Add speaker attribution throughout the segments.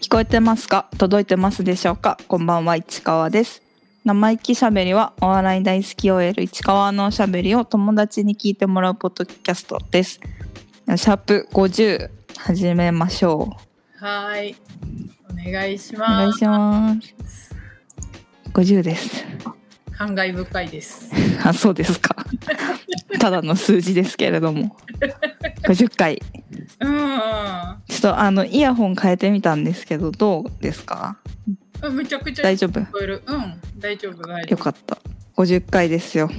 Speaker 1: 聞こえてますか届いてますでしょうかこんばんは市川です生意気しゃべりはお笑い大好き OL 市川のおしゃべりを友達に聞いてもらうポッドキャストですシャープ50始めましょう
Speaker 2: はーい。お願いし
Speaker 1: お願
Speaker 2: ま
Speaker 1: い
Speaker 2: す。
Speaker 1: します50です
Speaker 2: 感慨深 いです。
Speaker 1: あそうですかただの数字ですけれども50回
Speaker 2: うんうん
Speaker 1: ちょっとあのイヤホン変えてみたんですけどどうですか
Speaker 2: うん。むちゃくちゃ
Speaker 1: 大
Speaker 2: 聞
Speaker 1: 丈夫
Speaker 2: こえる。うん。大丈夫、大丈
Speaker 1: よ
Speaker 2: 夫。
Speaker 1: かった50回ですよ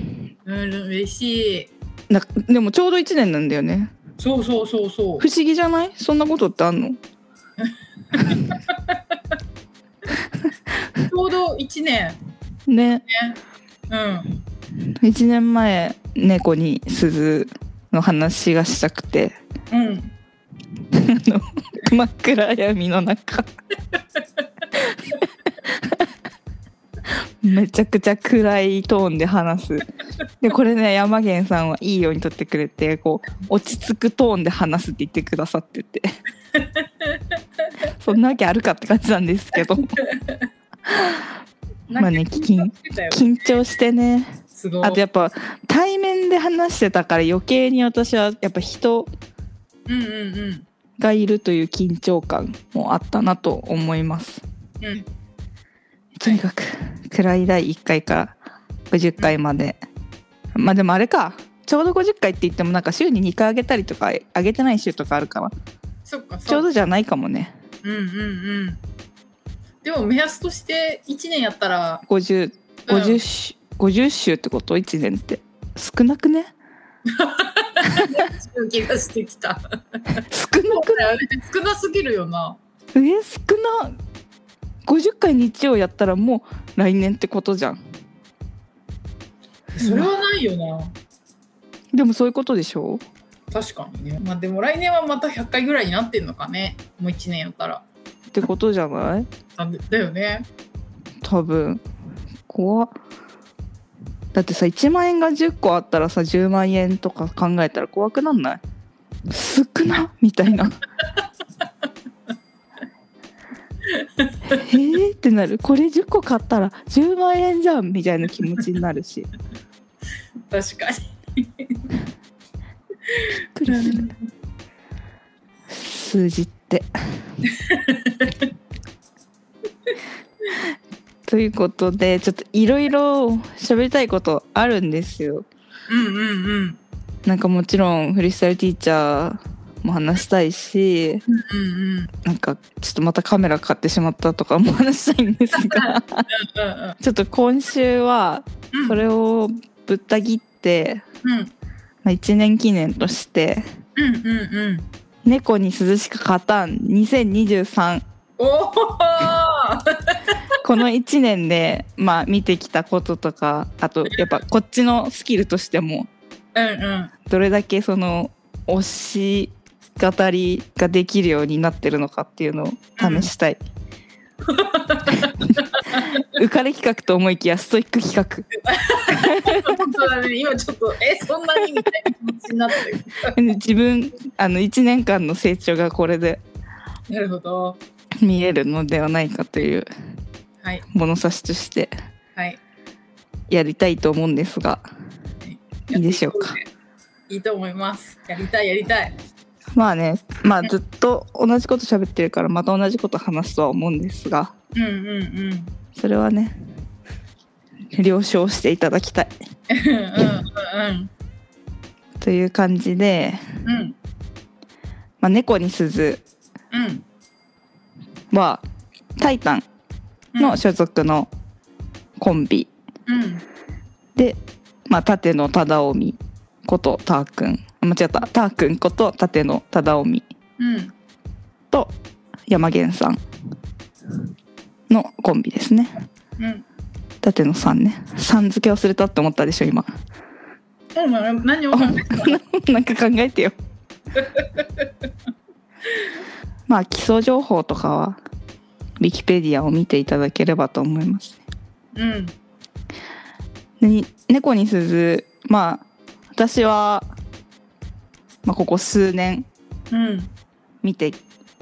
Speaker 2: うん、嬉しい。
Speaker 1: なんかでもちょうど1年なんだよね
Speaker 2: そうそうそうそう
Speaker 1: 不。思議じゃないそんなことってあんの
Speaker 2: ちょうど1年。
Speaker 1: ね
Speaker 2: うん。
Speaker 1: 1年前猫に鈴の話がしたく て
Speaker 2: うん。
Speaker 1: あの真っ暗闇の中 めちゃくちゃ暗いトーンで話すでこれね山源さんはいいように撮ってくれてこう落ち着くトーンで話すって言ってくださって てそんなわけあるかって感じなんですけど
Speaker 2: なんか
Speaker 1: まあね聞き
Speaker 2: 緊張してたよ
Speaker 1: 緊張してね
Speaker 2: すごい。
Speaker 1: あとやっぱ対面で話してたから余計に私はやっぱ人
Speaker 2: うんうんうん。
Speaker 1: がいるという緊張感もあったなと思います
Speaker 2: うん。
Speaker 1: とにかく暗い第1回から50回までまあでもあれかちょうど50回って言ってもなんか週に2回あげたりとかあげてない週とかあるから
Speaker 2: そっか、そ
Speaker 1: ちょう
Speaker 2: う。
Speaker 1: どじゃないかもね
Speaker 2: うんうんうん。でも目安として1年やったら、
Speaker 1: 5050
Speaker 2: うん
Speaker 1: 週50週ってこと1年って少なくね
Speaker 2: そういう気がしてきた。
Speaker 1: 少なく
Speaker 2: 少なすぎるよな。
Speaker 1: えー少な50回日曜やったらもう来年ってことじゃん
Speaker 2: それはないよな。
Speaker 1: でもそういうことでしょ
Speaker 2: 確かにね。まあでも来年はまた100回ぐらいになってんのかね。もう1年やったら。
Speaker 1: ってことじゃない
Speaker 2: だだよね。
Speaker 1: 多分怖っだってさ1万円が10個あったらさ10万円とか考えたら怖くなんない少なみたいな えーってなるこれ10個買ったら10万円じゃんみたいな気持ちになるしびっ
Speaker 2: 確か
Speaker 1: くりする
Speaker 2: に。
Speaker 1: 数字ってということでちょっといろいろ喋りたいことあるんですよ
Speaker 2: うんうんうん。
Speaker 1: なんかもちろんフリースタイルティーチャーも話したいし
Speaker 2: うんうん。うん
Speaker 1: なんかちょっとまたカメラ買ってしまったとかも話したいんですが
Speaker 2: うん
Speaker 1: ちょっと今週は
Speaker 2: うん。
Speaker 1: それをぶった切って、
Speaker 2: うん
Speaker 1: まあ、1年記念として
Speaker 2: うんうんうん。
Speaker 1: 「猫に涼しく勝たん2023
Speaker 2: おお
Speaker 1: この1年で、まあ、見てきたこととかあとやっぱこっちのスキルとしても
Speaker 2: うんうん。
Speaker 1: どれだけその推し語りができるようになってるのかっていうのを試したい、浮かれ企画と思いきやストイック企画
Speaker 2: 本当だね。今ちょっと、え、そんなにみたいな気持ちになってる。
Speaker 1: 自分あの1年間の成長がこれで
Speaker 2: なるほど。
Speaker 1: 見えるのではないかという
Speaker 2: はい
Speaker 1: 物差しとして
Speaker 2: はい。
Speaker 1: やりたいと思うんですがいいでしょうか
Speaker 2: いいと思います。やりたいやりたい。
Speaker 1: まあねまあずっと同じこと喋ってるからまた同じこと話すとは思うんですが
Speaker 2: うんうん
Speaker 1: それはね了承していただきたい
Speaker 2: うん。うんうん
Speaker 1: という感じで、
Speaker 2: うんうん。
Speaker 1: まあ、猫に鈴
Speaker 2: うん
Speaker 1: はタイタン
Speaker 2: うん。
Speaker 1: の所属のコンビ
Speaker 2: うん。
Speaker 1: で、まあ、舘野忠臣ことターくんあ間違ったターくんこと舘野忠臣
Speaker 2: うん。
Speaker 1: と山源さんのコンビですね
Speaker 2: うん。
Speaker 1: 舘野さんねさん付け忘れたって思ったでしょ今
Speaker 2: うんな、何を考えてた
Speaker 1: なんか考えてよまあ基礎情報とかはウィキペディアを見ていただければと思います
Speaker 2: うん
Speaker 1: に猫に鈴まあ私は、まあ、ここ数年
Speaker 2: うん
Speaker 1: 見て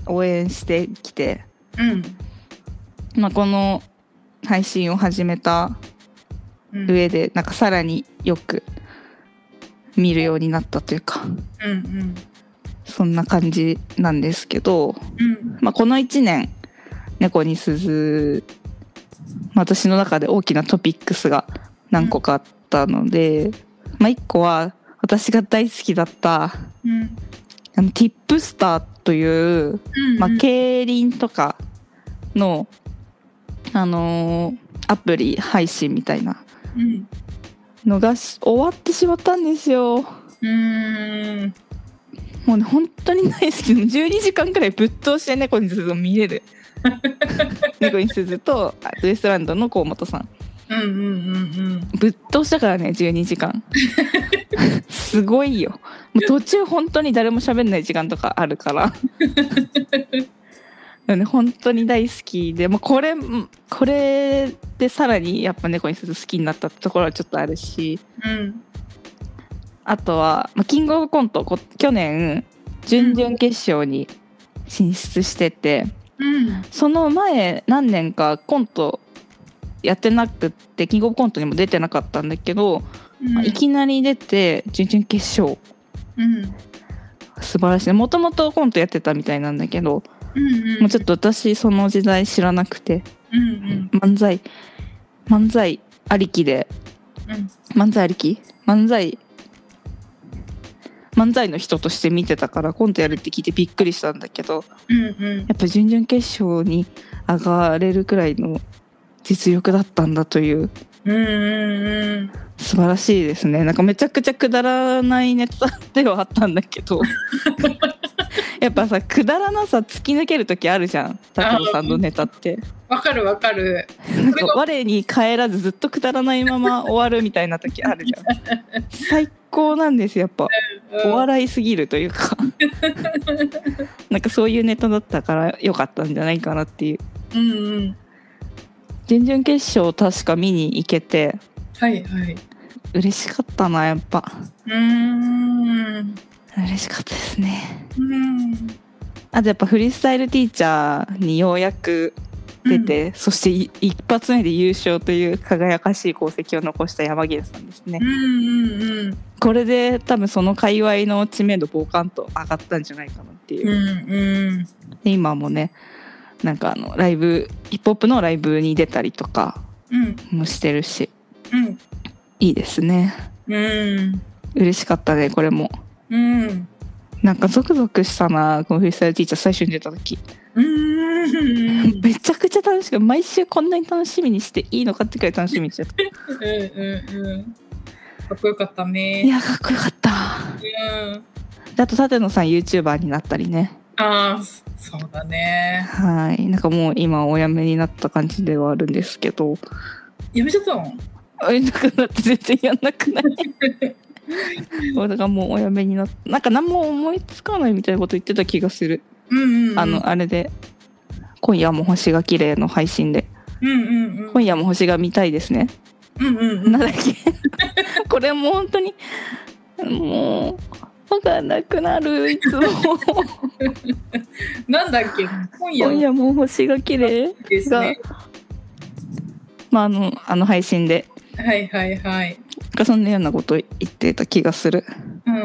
Speaker 1: 応援してきて
Speaker 2: うん
Speaker 1: まあ、この配信を始めた
Speaker 2: うん
Speaker 1: 上でなんかさらによく見るようになったというか
Speaker 2: うんうん
Speaker 1: そんな感じなんですけど、
Speaker 2: うん
Speaker 1: まあ、この1年「猫に鈴」まあ私の中で大きなトピックスが何個かあったので、まあ、1個は私が大好きだった
Speaker 2: うん
Speaker 1: あのティップスターという、
Speaker 2: うん
Speaker 1: まあ、競輪とかの、あのーアプリ配信みたいな
Speaker 2: うん
Speaker 1: のがし終わってしまったんですよ。
Speaker 2: うーん
Speaker 1: もうね本当にないですけど12時間くらいぶっ通して猫に鈴を見れる猫に鈴とあウエストランドの河本さん
Speaker 2: うんうんうん
Speaker 1: ぶっ通したからね12時間すごいよもう途中本当に誰も喋んない時間とかあるからなので本当に大好きで、まあ、これこれでさらにやっぱ猫に鈴好きになったってところはちょっとあるし
Speaker 2: うん
Speaker 1: あとは、まあ、キングオブコントこ去年準々決勝に進出してて、
Speaker 2: うん
Speaker 1: その前何年かコントやってなくってキングオブコントにも出てなかったんだけど、
Speaker 2: うん
Speaker 1: いきなり出て準々決勝
Speaker 2: うん
Speaker 1: 素晴らしいもともとコントやってたみたいなんだけど、
Speaker 2: うんうん
Speaker 1: もうちょっと私その時代知らなくて
Speaker 2: うんうん
Speaker 1: 漫才漫才ありきで
Speaker 2: うん
Speaker 1: 漫才ありき漫才漫才の人として見てたからコントやるって聞いてびっくりしたんだけど
Speaker 2: うんうん
Speaker 1: やっぱ準々決勝に上がれるくらいの実力だったんだという
Speaker 2: うんうん
Speaker 1: 素晴らしいですねなんかめちゃくちゃくだらないネタではあったんだけ どやっぱさくだらなさ突き抜ける時あるじゃん拓郎さんのネタって
Speaker 2: わかるわかる
Speaker 1: なんか我に返らずずっとくだらないまま終わるみたいな時あるじゃん 最高なんですやっぱお
Speaker 2: うん
Speaker 1: 笑いすぎるというかなんかそういうネタだったから良かったんじゃないかなっていう
Speaker 2: うんうん
Speaker 1: 準々決勝確か見に行けて
Speaker 2: はいはい
Speaker 1: 嬉しかったなやっぱ
Speaker 2: うーん
Speaker 1: 嬉しかったですね
Speaker 2: うん
Speaker 1: あとやっぱフリースタイルティーチャーにようやく出て、そしてい一発目で優勝という輝かしい功績を残した山岸さんですね
Speaker 2: うんうんうん
Speaker 1: これで多分その界隈の知名度傍観と上がったんじゃないかなっていう、
Speaker 2: うんうん
Speaker 1: で今もねなんかあのライブヒップホップのライブに出たりとか
Speaker 2: うん
Speaker 1: もしてるし
Speaker 2: うん
Speaker 1: いいですね
Speaker 2: うん
Speaker 1: 嬉しかったねこれも
Speaker 2: うん
Speaker 1: なんかゾクゾクしたなこのフリースタイルティーチャー最初に出た時
Speaker 2: うん
Speaker 1: めちゃくちゃ楽しく毎週こんなに楽しみにしていいのかってくらい楽しみにしてた
Speaker 2: うんうんうんかっこよかった
Speaker 1: い
Speaker 2: ね。
Speaker 1: やかっこよかった
Speaker 2: うん、
Speaker 1: であと舘野さん YouTuber になったりね
Speaker 2: ああ、そそうだね。
Speaker 1: はいなんかもう今お辞めになった感じではあるんですけど
Speaker 2: やめちゃったの
Speaker 1: あいなくなって全然やんなく ないだからもうお辞めになっなんか何も思いつかないみたいなこと言ってた気がする、
Speaker 2: うんうんうん。
Speaker 1: あの、あれで「今夜も星が綺麗の配信で
Speaker 2: うんうんうん。
Speaker 1: 「今夜も星が見たいですね」
Speaker 2: うんうんうん。
Speaker 1: なんだっけ これもう本当にもう分かんなくなるいつも
Speaker 2: なんだっけ今夜
Speaker 1: 今夜も星が綺麗
Speaker 2: ですね。
Speaker 1: まああのあの配信で
Speaker 2: はいはいはい。
Speaker 1: なんかそんなようなこと言ってた気がする
Speaker 2: うんう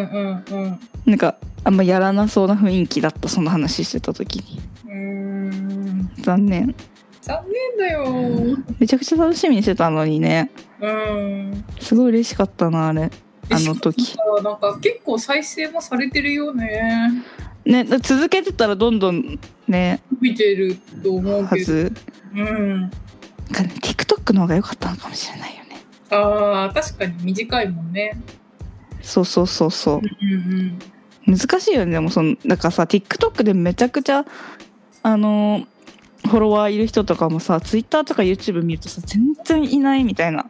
Speaker 2: ん
Speaker 1: なんかあんまやらなそうな雰囲気だったその話してた時に
Speaker 2: うん。うーん。
Speaker 1: 残念
Speaker 2: 残念だよ。
Speaker 1: めちゃくちゃ楽しみにしてたのにね
Speaker 2: うん。
Speaker 1: すごい嬉しかったなあれあの時
Speaker 2: あなんか結構再生もされてるよね。
Speaker 1: ね続けてたらどんどんね
Speaker 2: 見てると思う
Speaker 1: は
Speaker 2: けど。
Speaker 1: ず
Speaker 2: うん。
Speaker 1: なんかね TikTok の方が良かったのかもしれないよね
Speaker 2: ああ、確かに短いもんね。
Speaker 1: そうそうそうそう
Speaker 2: うん
Speaker 1: 難しいよねでもそのなんかさ TikTok でめちゃくちゃあのーフォロワーいる人とかもさ Twitter とか YouTube 見るとさ全然いないみたいな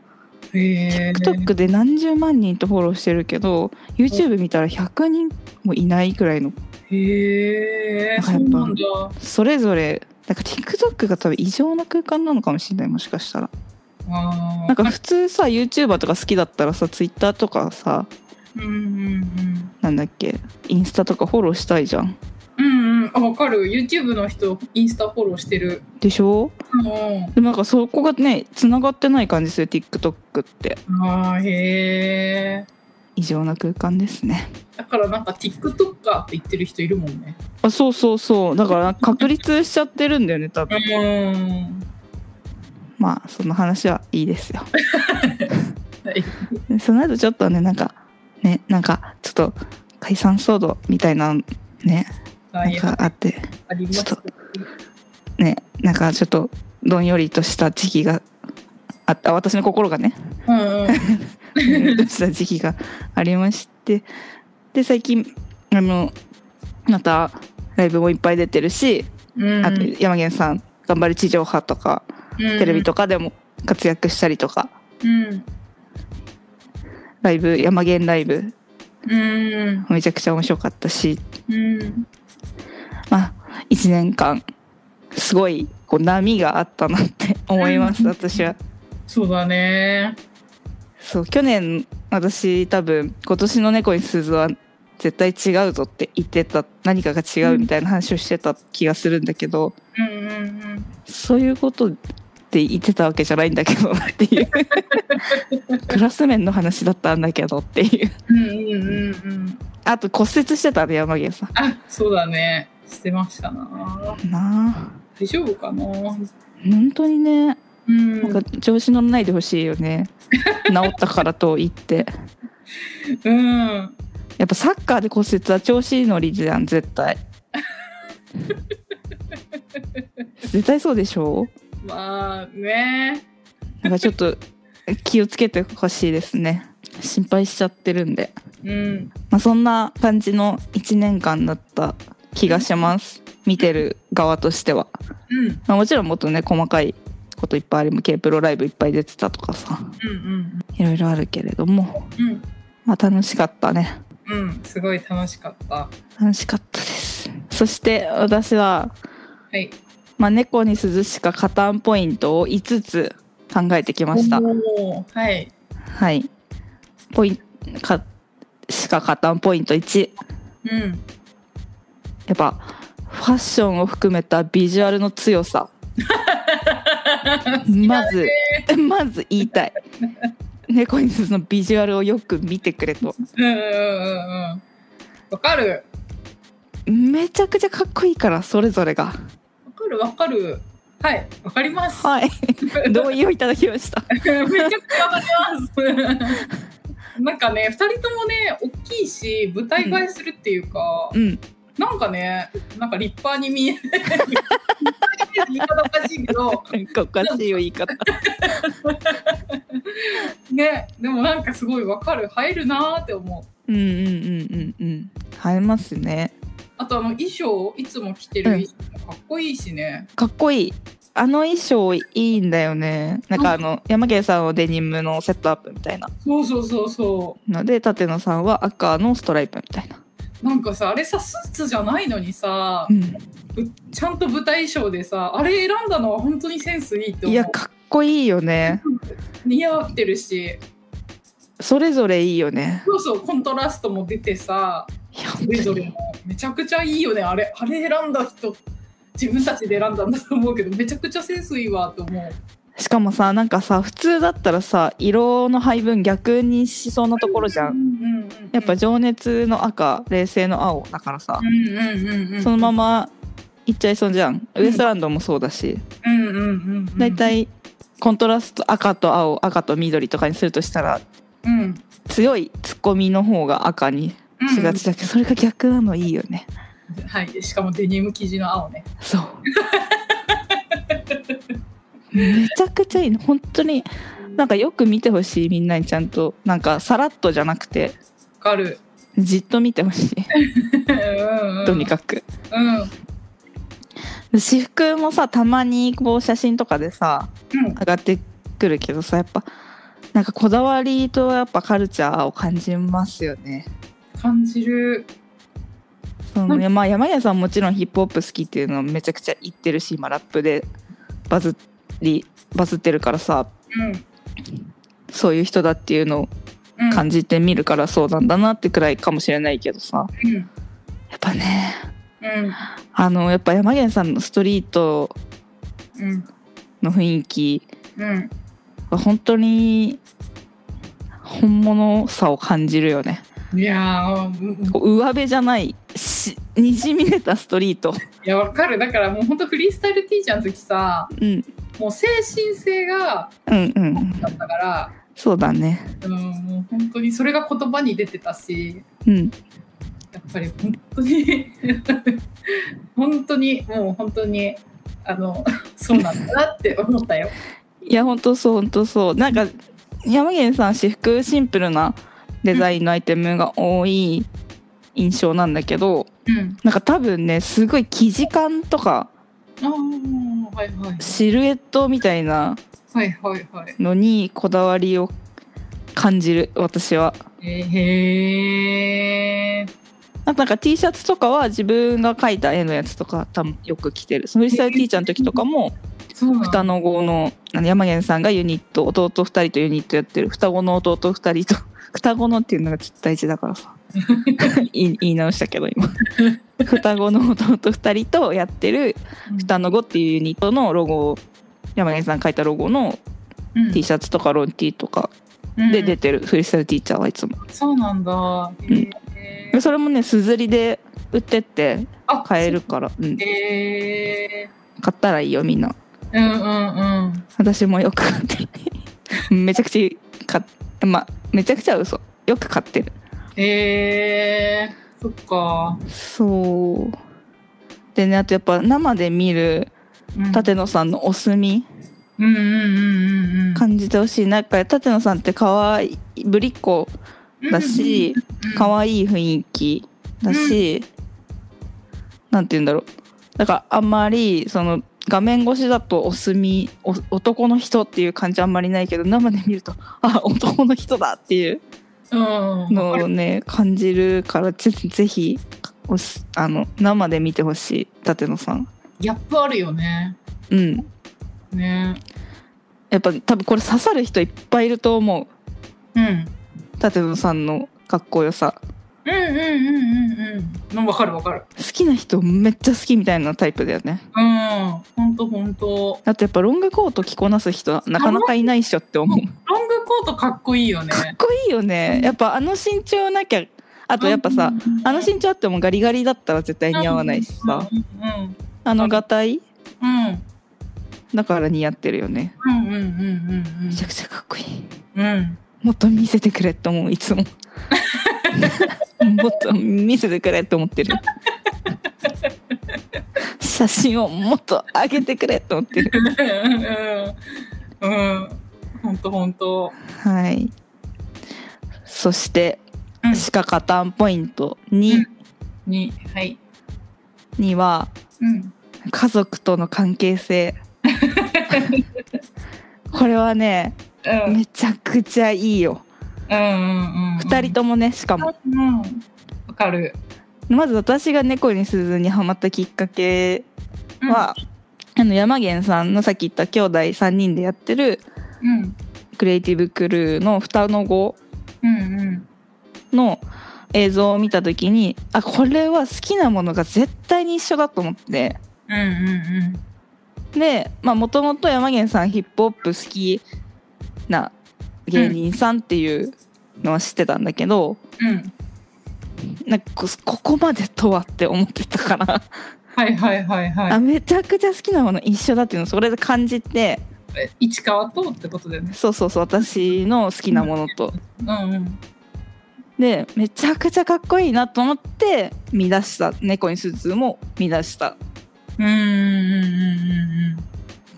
Speaker 2: うん。へえ。
Speaker 1: TikTok で何十万人とフォローしてるけど YouTube 見たら100人もいないくらいの
Speaker 2: へえ。
Speaker 1: なんか
Speaker 2: そ
Speaker 1: やっ
Speaker 2: う
Speaker 1: ぱ
Speaker 2: なんだ。
Speaker 1: それぞれなんか TikTok が多分異常な空間なのかもしれないもしかしたら
Speaker 2: ああ。
Speaker 1: なんか普通さ YouTuber とか好きだったらさ Twitter とかさ
Speaker 2: うんうんうん。
Speaker 1: なんだっけインスタとかフォローしたいじゃん
Speaker 2: うんうん。あわかる YouTube の人インスタフォローしてる
Speaker 1: でしょ
Speaker 2: うん
Speaker 1: でもなんかそこがね繋がってない感じする TikTok って
Speaker 2: あーへえ
Speaker 1: 異常な空間ですね
Speaker 2: だからなんか TikToker って言ってる人いるもんね
Speaker 1: あそうそうそうだから確立しちゃってるんだよね多分
Speaker 2: うん
Speaker 1: まあその話はいいですよ
Speaker 2: はい
Speaker 1: でその後ちょっとねなんかねなんかちょっと解散騒動みたいなのね
Speaker 2: あ
Speaker 1: なん
Speaker 2: いや
Speaker 1: かあって
Speaker 2: ありまし
Speaker 1: ちょ
Speaker 2: た
Speaker 1: っねなんかちょっとどんよりとした時期があった私の心が ね
Speaker 2: うんうん
Speaker 1: どんよりとした時期がありましてで最近あのまたライブもいっぱい出てるし、
Speaker 2: うん
Speaker 1: あと山源さん「頑張る地上波」とか、テレビとかでも活躍したりとか
Speaker 2: うん
Speaker 1: ライブ山源ライブ
Speaker 2: うん
Speaker 1: めちゃくちゃ面白かったし
Speaker 2: うん
Speaker 1: まあ、1年間すごいこう波があったなって思います
Speaker 2: うん
Speaker 1: 私は。
Speaker 2: そうだね
Speaker 1: そう去年私多分今年の「猫に鈴」は絶対違うぞって言ってた何かが違うみたいな話をしてた気がするんだけど、
Speaker 2: うんうん
Speaker 1: そういうことって言ってたわけじゃないんだけど っていうクラス面の話だったんだけどっていう
Speaker 2: うんうんうんうんうん
Speaker 1: あと骨折してたね山源さ
Speaker 2: あそうだねしてましたなん
Speaker 1: なあ
Speaker 2: 大丈夫かなう
Speaker 1: 本当にね
Speaker 2: ん
Speaker 1: なんか調子乗らないでほしいよね治ったからといって
Speaker 2: うん
Speaker 1: やっぱサッカーで骨折は調子乗りじゃん絶対絶対そうでしょ
Speaker 2: まあね
Speaker 1: だからちょっと気をつけてほしいですね心配しちゃってるんで、
Speaker 2: うん
Speaker 1: まあ、そんな感じの1年間だった気がします見てる側としては、
Speaker 2: うん
Speaker 1: まあ、もちろんもっとね細かいこといっぱいありも K プロライブいっぱい出てたとかさ
Speaker 2: うん
Speaker 1: いろいろあるけれども、
Speaker 2: うんうん
Speaker 1: まあ、楽しかったね
Speaker 2: うんすごい楽しかった
Speaker 1: 楽しかったですそして私は
Speaker 2: はい
Speaker 1: まあ、猫に涼しか加担ポイントを5つ考えてきました。
Speaker 2: おーはい
Speaker 1: はい。ポインかしか加担ポイント1。
Speaker 2: うん
Speaker 1: やっぱファッションを含めたビジュアルの強 さ。まず、まず言いたい。猫に涼のビジュアルをよく見てくれと。
Speaker 2: うんうんうんうんわかる
Speaker 1: めちゃくちゃかっこいいから、それぞれが。
Speaker 2: わかるわかるはいわかります
Speaker 1: はい。
Speaker 2: ど
Speaker 1: 同意をいただきました。
Speaker 2: めちゃくちゃわかります。なんかね、二人ともね、大きいし、舞台映えするっていうか、
Speaker 1: うん。
Speaker 2: なんかね、なんか立派に見える。言い方おかしいけど、
Speaker 1: なんかおかしいよ、言い方。
Speaker 2: ね、でもなんかすごいわかる、映えるなーって思
Speaker 1: う
Speaker 2: う。
Speaker 1: んうんうんうんうん。映えますね。
Speaker 2: あとあの衣装、いつも着てる衣装もかっこいいしね。
Speaker 1: かっこいいあの衣装いいんだよねなんかあの山毛さんはデニムのセットアップみたいな
Speaker 2: そうそうそうそ
Speaker 1: ので舘野さんは赤のストライプみたいな、
Speaker 2: う。なんかさ、あれさ、スーツじゃないのにさ
Speaker 1: う、ん、
Speaker 2: ぶちゃんと舞台衣装でさ、あれ選んだのは本当にセンスいいって思う。
Speaker 1: いやかっこいいよね
Speaker 2: 似合ってるし。
Speaker 1: それぞれいいよね
Speaker 2: そうそうコントラストも出てさ
Speaker 1: いや
Speaker 2: それぞれもめちゃくちゃいいよねあれあれ選んだ人自分たちで選んだんだと思うけどめちゃくちゃセンスいいわと思う
Speaker 1: しかもさなんかさ普通だったらさ色の配分逆にしそうなところじゃ
Speaker 2: うんんうんうん
Speaker 1: やっぱ情熱の赤冷静の青だからさ
Speaker 2: うんうんうんうん
Speaker 1: そのま
Speaker 2: ま
Speaker 1: まいっちゃいそうじゃんウエストランドもそうだし
Speaker 2: うんうんうんうん
Speaker 1: 大体コントラスト赤と青赤と緑とかにするとしたら
Speaker 2: うんうん
Speaker 1: 強いツッコミの方が赤にしがちだけど、それが逆なのいいよね
Speaker 2: はいしかもデニム生地の青ね
Speaker 1: そうめちゃくちゃいいの本当になんかよく見てほしいみんなにちゃんとなんかさらっとじゃなくて
Speaker 2: わ かる
Speaker 1: じっと見てほしい
Speaker 2: うんうん
Speaker 1: とにかく
Speaker 2: うんうん
Speaker 1: 私服もさたまにこう写真とかでさ上がってくるけどさやっぱなんかこだわりとやっぱカルチャーを感じますよね
Speaker 2: 感じる
Speaker 1: その
Speaker 2: う
Speaker 1: まあ、山谷さんもちろんヒップホップ好きっていうのをめちゃくちゃ言ってるし今ラップでバズりバズってるからさ
Speaker 2: うん
Speaker 1: そういう人だっていうのを
Speaker 2: うん
Speaker 1: 感じてみるからそうなんだなってくらいかもしれないけどさ
Speaker 2: うん
Speaker 1: やっぱねあのやっぱ山源さんのストリート
Speaker 2: うん
Speaker 1: の雰囲気
Speaker 2: うん
Speaker 1: は本当に本物さを感じるよね
Speaker 2: うんいやーうんうんい
Speaker 1: こう上辺じゃないしにじみ出たストリート
Speaker 2: やわかるだからもうほんとフリースタイルティーチャーの時さ
Speaker 1: うん
Speaker 2: もう精神性が
Speaker 1: うんうん
Speaker 2: だったから、
Speaker 1: そうだね
Speaker 2: うん、もう本当にそれが言葉に出てたし
Speaker 1: うん
Speaker 2: やっぱり本当に 本当にもう本当にあのそうなんだなって思ったよ。
Speaker 1: いや本当そう本当そうなんか山源さん私服シンプルなデザインのアイテムが多い印象なんだけど
Speaker 2: うん、
Speaker 1: なんか多分ねすごい生地感とか
Speaker 2: ああはいはい
Speaker 1: シルエットみたいな
Speaker 2: はいはいはい。
Speaker 1: のにこだわりを感じる私は
Speaker 2: えー、へえ。
Speaker 1: あとなんか T シャツとかは自分が描いた絵のやつとか多分よく着てるそのフリースタイル T ちゃんの時とかも
Speaker 2: そうなんだ。
Speaker 1: 双の子のあの山源さんがユニット弟2人とユニットやってる双子の弟2人と 双子のっていうのがちょっと大事だから さ言い言い直したけど今双子の弟2人とやってる双の子っていうユニットのロゴを山源さんが描いたロゴの T
Speaker 2: シ
Speaker 1: シャツとかロン T とか
Speaker 2: ャ
Speaker 1: で出てるフリースタイルティーチャーはいつも
Speaker 2: そうなんだ。へ
Speaker 1: で
Speaker 2: え。
Speaker 1: それもねすずりで売ってって
Speaker 2: あ
Speaker 1: 買える。から、うん、買
Speaker 2: へえ。
Speaker 1: ったらいいよみんな
Speaker 2: うんうんうん。
Speaker 1: 私もよく買ってる めちゃくちゃ買っまあめちゃくちゃは嘘よく買ってる
Speaker 2: へえ。そっか。
Speaker 1: そうでねあとやっぱ生で見る
Speaker 2: うん
Speaker 1: 舘野さんのお墨
Speaker 2: うんうんうんうんうん。
Speaker 1: 感じてほしいなんか舘野さんって可愛いぶりっ子だし
Speaker 2: うん、
Speaker 1: 可愛い雰囲気だし、なんて言うんだろうだからあんまりその画面越しだとお墨お男の人っていう感じあんまりないけど生で見ると あ男の人だっていう
Speaker 2: うん。
Speaker 1: のをね感じるからぜぜひおすあの生で見てほしい舘野さん。
Speaker 2: ギャップあるよね。
Speaker 1: うん
Speaker 2: ね。
Speaker 1: やっぱ多分これ刺さる人いっぱいいると思
Speaker 2: うん。うん
Speaker 1: う舘野さんのかっこよさ
Speaker 2: うんうんうんうん。うんわかるわかる。
Speaker 1: 好きな人めっちゃ好きみたいなタイプだよね
Speaker 2: うん。ほんとほんと。
Speaker 1: あとやっぱロングコート着こなす人なかなかいないっしょって思うか
Speaker 2: ロングコートかっこいいよね。
Speaker 1: っこいいよねやっぱあの身長なきゃあとやっぱさ
Speaker 2: うん、
Speaker 1: あの身長あってもガリガリだったら絶対似合わないしさ
Speaker 2: うん
Speaker 1: あのがたい
Speaker 2: うんうん
Speaker 1: だから似合ってるよね
Speaker 2: うんうん
Speaker 1: めちゃくちゃかっこいい
Speaker 2: うんうんうん
Speaker 1: もっと見せてくれって思ういつももっと見せてくれって思ってる写真をもっと上げてくれって思ってる
Speaker 2: うんうん本当本当
Speaker 1: はいそして
Speaker 2: うん
Speaker 1: 鹿加担ポイント2
Speaker 2: にはい
Speaker 1: には
Speaker 2: うん
Speaker 1: 家族との関係 性これはね
Speaker 2: うん
Speaker 1: めちゃくちゃいいよ
Speaker 2: うんうんうん
Speaker 1: 2人ともねしかも
Speaker 2: うんわかる
Speaker 1: まず私が「猫に鈴」にハマったきっかけは、あの山源さんのさっき言った兄弟3人でやってる
Speaker 2: うん
Speaker 1: クリエイティブクルーの双の子
Speaker 2: うんうん
Speaker 1: の映像を見た時にあこれは好きなものが絶対に一緒だと思って
Speaker 2: うんうん
Speaker 1: でもともと山源さんヒップホップ好きな芸人さんっていうのは知ってたんだけど、
Speaker 2: うんうん
Speaker 1: なんかこここまでとはって思ってたから、
Speaker 2: はいはいはいは
Speaker 1: あ
Speaker 2: い
Speaker 1: めちゃくちゃ好きなもの一緒だっていうのをそれで感じて
Speaker 2: え市川とってことだよね
Speaker 1: そうそうそう私の好きなものと。
Speaker 2: うんうん
Speaker 1: でめちゃくちゃかっこいいなと思って見出した猫にスーツも見出した。
Speaker 2: うんうんうん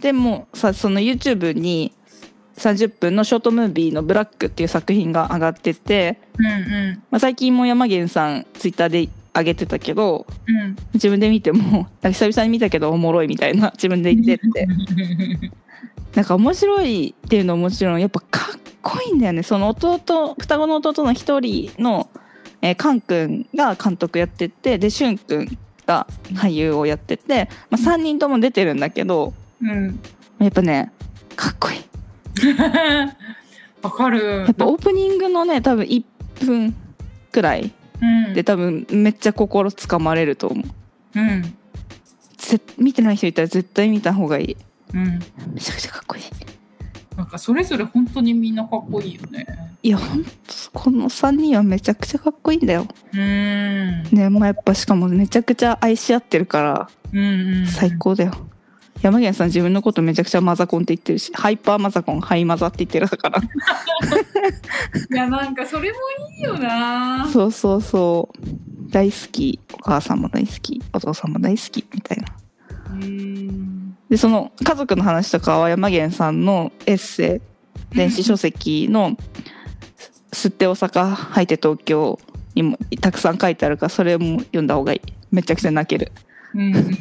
Speaker 1: でもさその YouTube に30分のショートムービーの「ブラック」っていう作品が上がってて、
Speaker 2: うんうんうん
Speaker 1: まあ、最近も山源さんツイッターで上げてたけど
Speaker 2: うん
Speaker 1: 自分で見てもなんか久々に見たけどおもろいみたいな自分で言ってってなんか面白いっていうのはもちろんやっぱかっこいいんだよねその弟双子の弟の一人の、えーカン君が監督やっててでシュン君が俳優をやってて、まあ、3人とも出てるんだけど
Speaker 2: うん
Speaker 1: やっぱねかっこいい。
Speaker 2: わかる
Speaker 1: やっぱオープニングのね多分1分くらい
Speaker 2: うん
Speaker 1: で多分めっちゃ心つかまれると思う
Speaker 2: うん
Speaker 1: ぜ見てない人いたら絶対見た方がいい
Speaker 2: うん
Speaker 1: めちゃくちゃかっこいい
Speaker 2: なんかそれぞれ本当にみんなかっこいいよね
Speaker 1: いやほんとこの3人はめちゃくちゃかっこいいんだよ
Speaker 2: うん
Speaker 1: ねまあ、やっぱしかもめちゃくちゃ愛し合ってるから
Speaker 2: うんうん
Speaker 1: 最高だよ、山源さん自分のことめちゃくちゃマザコンって言ってるしハイパーマザコンハイマザって言ってるから
Speaker 2: いやなんかそれもいいよな
Speaker 1: そうそうそう大好きお母さんも大好きお父さんも大好きみたいな
Speaker 2: うん
Speaker 1: でその家族の話とかは山源さんのエッセイ電子書籍の「す吸って大阪吐いて東京」にもたくさん書いてあるからそれも読んだ方がいいめちゃくちゃ泣ける
Speaker 2: うんうん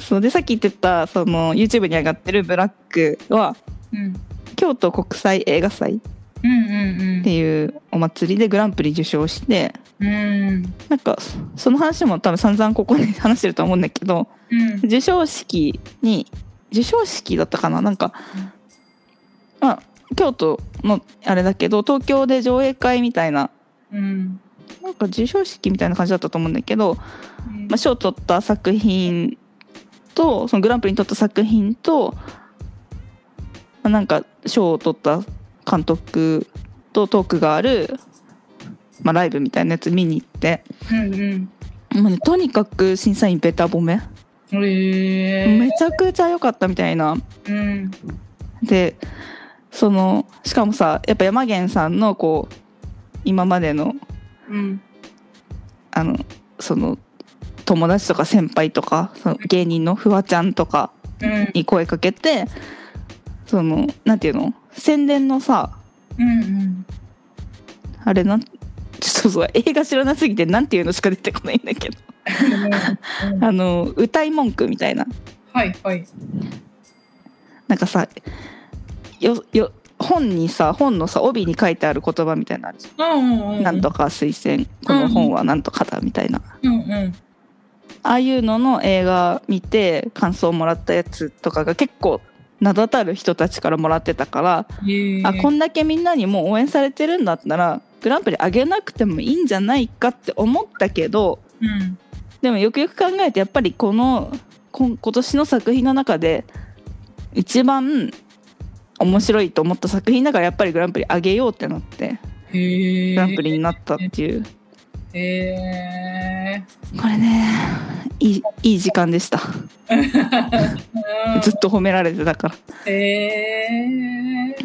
Speaker 1: そうでさっき言ってたその YouTube に上がってる「ブラック」は
Speaker 2: うん
Speaker 1: 京都国際映画祭っ
Speaker 2: うんうん
Speaker 1: ていうお祭りでグランプリ受賞して
Speaker 2: うんうん
Speaker 1: なんかそその話も多分散々ここで話してると思うんだけど
Speaker 2: うん
Speaker 1: 授賞式に授賞式だったかななんか、
Speaker 2: うん
Speaker 1: まあ京都のあれだけど東京で上映会みたいな
Speaker 2: うん
Speaker 1: なんか授賞式みたいな感じだったと思うんだけど、まあ、賞を取った作品とそのグランプリに取った作品と、まあ、なんか賞を取った監督とトークがある、まあ、ライブみたいなやつ見に行って、
Speaker 2: うんうん
Speaker 1: もうね、とにかく審査員べた褒め、
Speaker 2: え
Speaker 1: めちゃくちゃ良かったみたいな。
Speaker 2: ーうん
Speaker 1: でそのしかもさやっぱ山源さんのこう今までの
Speaker 2: うん
Speaker 1: あのその友達とか先輩とかその芸人のフワちゃんとか
Speaker 2: うん
Speaker 1: に声かけてそのなんていうの宣伝のさ
Speaker 2: うん
Speaker 1: あれなんちょっとそう映画知らなすぎてなんていうのしか出てこないんだけど
Speaker 2: うん
Speaker 1: あの歌い文句みたいな
Speaker 2: はいはい
Speaker 1: なんかさよよ本にさ本のさ帯に書いてある言葉みたいなのあるじゃん
Speaker 2: うんうん
Speaker 1: なんとか推薦この本はなんとかだみたいな、
Speaker 2: うんうん
Speaker 1: ああいうのの映画見て感想もらったやつとかが結構名だたる人たちからもらってたから、
Speaker 2: へー
Speaker 1: あこんだけみんなにもう応援されてるんだったらグランプリあげなくてもいいんじゃないかって思ったけど
Speaker 2: うん
Speaker 1: でもよくよく考えてやっぱりこのこん今年の作品の中で一番面白いと思った作品だからやっぱりグランプリあげようってなって
Speaker 2: へえ
Speaker 1: グランプリになったっていう。
Speaker 2: へえ
Speaker 1: これねいいいい時間でしたずっと褒められてたから
Speaker 2: へえ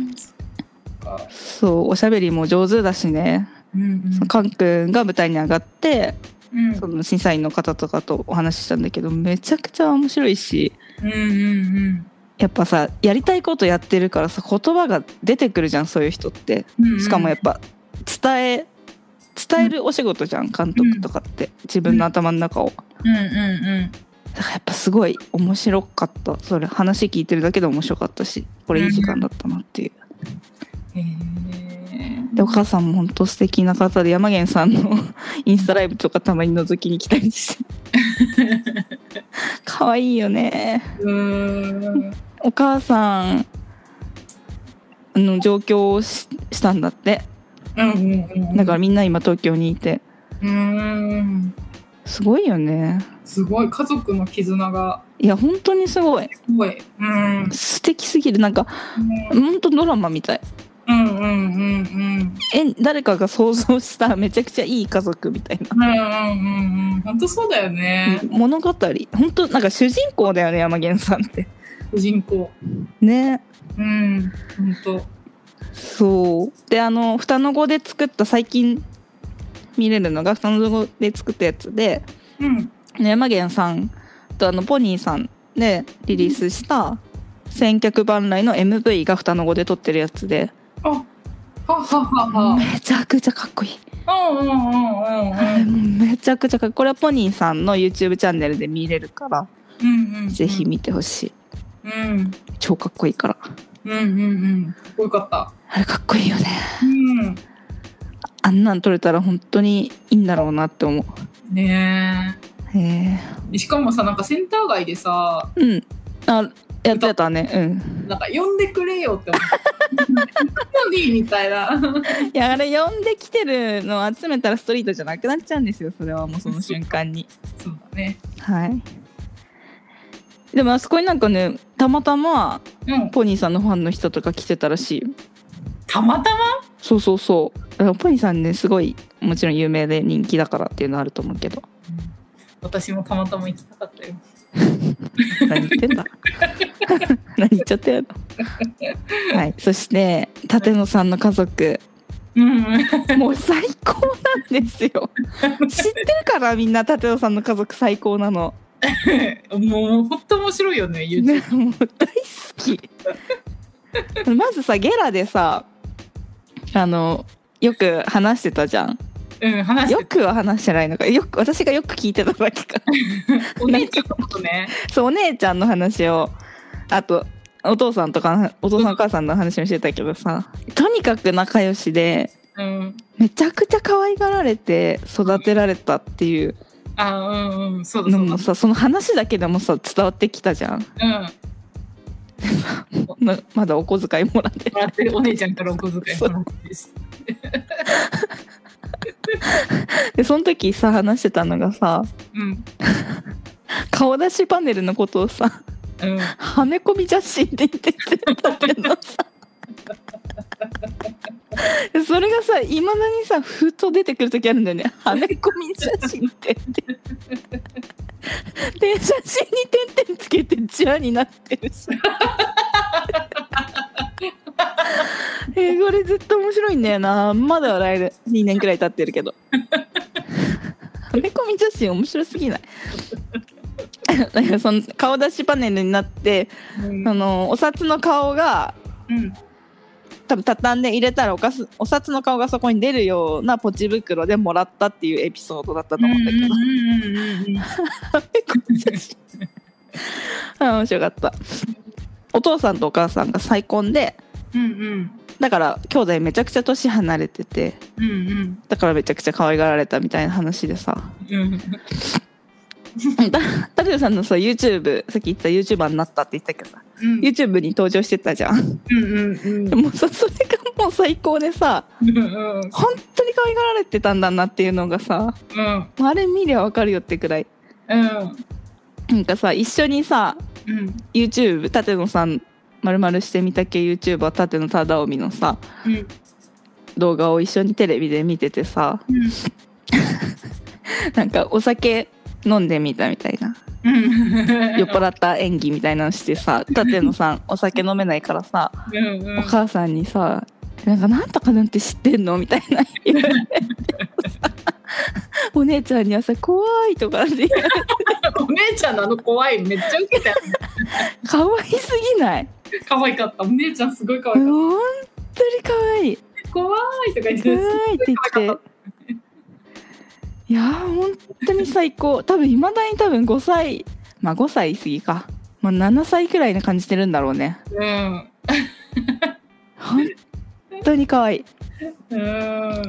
Speaker 1: そうおしゃべりも上手だしね
Speaker 2: うん
Speaker 1: そのカン君が舞台に上がって
Speaker 2: うんうん
Speaker 1: その審査員の方とかとお話ししたんだけどめちゃくちゃ面白いし
Speaker 2: うんうんうん
Speaker 1: やっぱさやりたいことやってるからさ言葉が出てくるじゃんそういう人って
Speaker 2: うんうん
Speaker 1: しかもやっぱ伝え伝えるお仕事じゃん監督とかって自分の頭の中を
Speaker 2: うんうんうん
Speaker 1: だからやっぱすごい面白かったそれ話聞いてるだけで面白かったしこれいい時間だったなっていう
Speaker 2: へえ
Speaker 1: でお母さんも本当素敵な方で山源さんの インスタライブとかたまに覗きに来たりして 可愛いよね
Speaker 2: うーん
Speaker 1: お母さんの上京をししたんだって
Speaker 2: うんうんうん
Speaker 1: だからみんな今東京にいて
Speaker 2: うーん
Speaker 1: すごいよね
Speaker 2: すごい家族の絆が
Speaker 1: いや本当にすごい
Speaker 2: すごいうん
Speaker 1: 素敵すぎるなんか本当ドラマみたい
Speaker 2: うんうんうんうん
Speaker 1: え誰かが想像しためちゃくちゃいい家族みたいな
Speaker 2: うんうんうん本当そうだよね、
Speaker 1: 物語本当なんか主人公だよね山源さんって
Speaker 2: 主人公
Speaker 1: ね
Speaker 2: うん本当
Speaker 1: そうであの双の子で作った最近見れるのが双の子で作ったやつで
Speaker 2: うん
Speaker 1: ね山源さんとあのポニーさんでリリースした千客万来の MV が双の子で撮ってるやつで
Speaker 2: あははは
Speaker 1: めちゃくちゃかっこいい、
Speaker 2: はうんうんうんうん
Speaker 1: もうめちゃくちゃかっこいいこれはポニーさんの YouTube チャンネルで見れるから、
Speaker 2: うんうん
Speaker 1: ぜひ見てほしい
Speaker 2: うん
Speaker 1: 超かっこいいから
Speaker 2: うんうんうんかっこよかった
Speaker 1: あれかっこいいよね
Speaker 2: うん
Speaker 1: あんなん撮れたら本当にいいんだろうなって思
Speaker 2: ね
Speaker 1: うへえ
Speaker 2: えしかもさなんかセンター街でさ
Speaker 1: うん。あ、やってたね。うん。
Speaker 2: なんか呼んでくれよって思っ ディみたいな。
Speaker 1: いやあれ呼んできてるのを集めたらストリートじゃなくなっちゃうんですよそれはもうその瞬間に
Speaker 2: そうだね。
Speaker 1: はいでもあそこになんかねたまたま
Speaker 2: うん。
Speaker 1: ポニーさんのファンの人とか来てたらしいよ
Speaker 2: たまたま。
Speaker 1: そうそうそうだからポニーさんねすごいもちろん有名で人気だからっていうのあると思うけ ど
Speaker 2: 私もたまたま行きたかったよ。
Speaker 1: 何言ってんだ 何言っちゃってるのはいそして舘野さんの家族
Speaker 2: うん。
Speaker 1: もう最高なんですよ 知ってるからみんな舘野さんの家族最高なの
Speaker 2: もう本当面白いよね。YouTube
Speaker 1: ね、 もう大好き まずさゲラでさあのよく話してたじゃん
Speaker 2: うん。話し
Speaker 1: よ
Speaker 2: て
Speaker 1: くは話してないのかよく私がよく聞いてただけ か
Speaker 2: た。お姉ちゃんのことね。
Speaker 1: そうお姉ちゃんの話をあとお父さんとかお父さんお母さんの話もしてたけどさとにかく仲良しで
Speaker 2: うん。
Speaker 1: めちゃくちゃ可愛がられて育てられたっていう
Speaker 2: あ、うんうん。そうだ
Speaker 1: の
Speaker 2: そうだ
Speaker 1: も。さその話だけでもさ伝わってきたじゃん
Speaker 2: うん。
Speaker 1: なまだお小遣いもらって
Speaker 2: もらってるお姉ちゃんからお小遣いもらってるし。
Speaker 1: でその時さ話してたのがさ
Speaker 2: うん。
Speaker 1: 顔出しパネルのことをさ
Speaker 2: うん。
Speaker 1: 「はめ込み写真」って言ってたけどさでそれがさいまだにさふと出てくる時あるんだよね「はめ込み写真」って言ってで写真に点々つけて「じゃ」になってるしえこれずっと面白いんだよなまだ笑える2年くらい経ってるけどはめ込み写真面白すぎないなんかその顔出しパネルになって、
Speaker 2: うん
Speaker 1: あのお札の顔が
Speaker 2: うん。
Speaker 1: 多分畳んで入れたらおかすお札の顔がそこに出るようなポチ袋でもらったっていうエピソードだったと思うんだけど、
Speaker 2: うんうんうんうん。
Speaker 1: あ面白かったお父さんとお母さんが再婚で
Speaker 2: うん
Speaker 1: だから兄弟めちゃくちゃ年離れてて
Speaker 2: うんうん
Speaker 1: だからめちゃくちゃ可愛がられたみたいな話でさ
Speaker 2: うん
Speaker 1: タルさんのさ YouTube さっき言った YouTuber になったって言ってたけどさ
Speaker 2: うん
Speaker 1: YouTube に登場してたじゃん
Speaker 2: うんうん
Speaker 1: でもうさそれがもう最高でさ
Speaker 2: うん
Speaker 1: 本当に可愛がられてたんだなっていうのがさ
Speaker 2: うん
Speaker 1: あれ見りゃわかるよってくらい
Speaker 2: うん
Speaker 1: なんかさ一緒にさ
Speaker 2: うん
Speaker 1: YouTube 舘野さんまるまるしてみた系 YouTuber 舘野忠臣のさ
Speaker 2: うん
Speaker 1: 動画を一緒にテレビで見ててさなんかお酒飲んでみたみたいな
Speaker 2: うん
Speaker 1: 酔っ払った演技みたいなのしてさ舘野さ んお酒飲めないからさ
Speaker 2: うんうん
Speaker 1: お母さんにさ「なんかなんとかなんて知ってんの?」みたい な言われてさお姉ちゃんにはさ「怖い」とかって言われて
Speaker 2: お姉ちゃんのあの怖いめっちゃウケた
Speaker 1: 可愛すぎない
Speaker 2: 可愛かったお姉ちゃんすごい可愛かっ
Speaker 1: 本当に可愛い
Speaker 2: た怖いとか言って
Speaker 1: 可愛いって言っていやー本当に最高多分いまだに多分5歳まあ5歳過ぎか、まあ、7歳くらいな感じてるんだろうね
Speaker 2: うん
Speaker 1: 本当に可愛い
Speaker 2: うん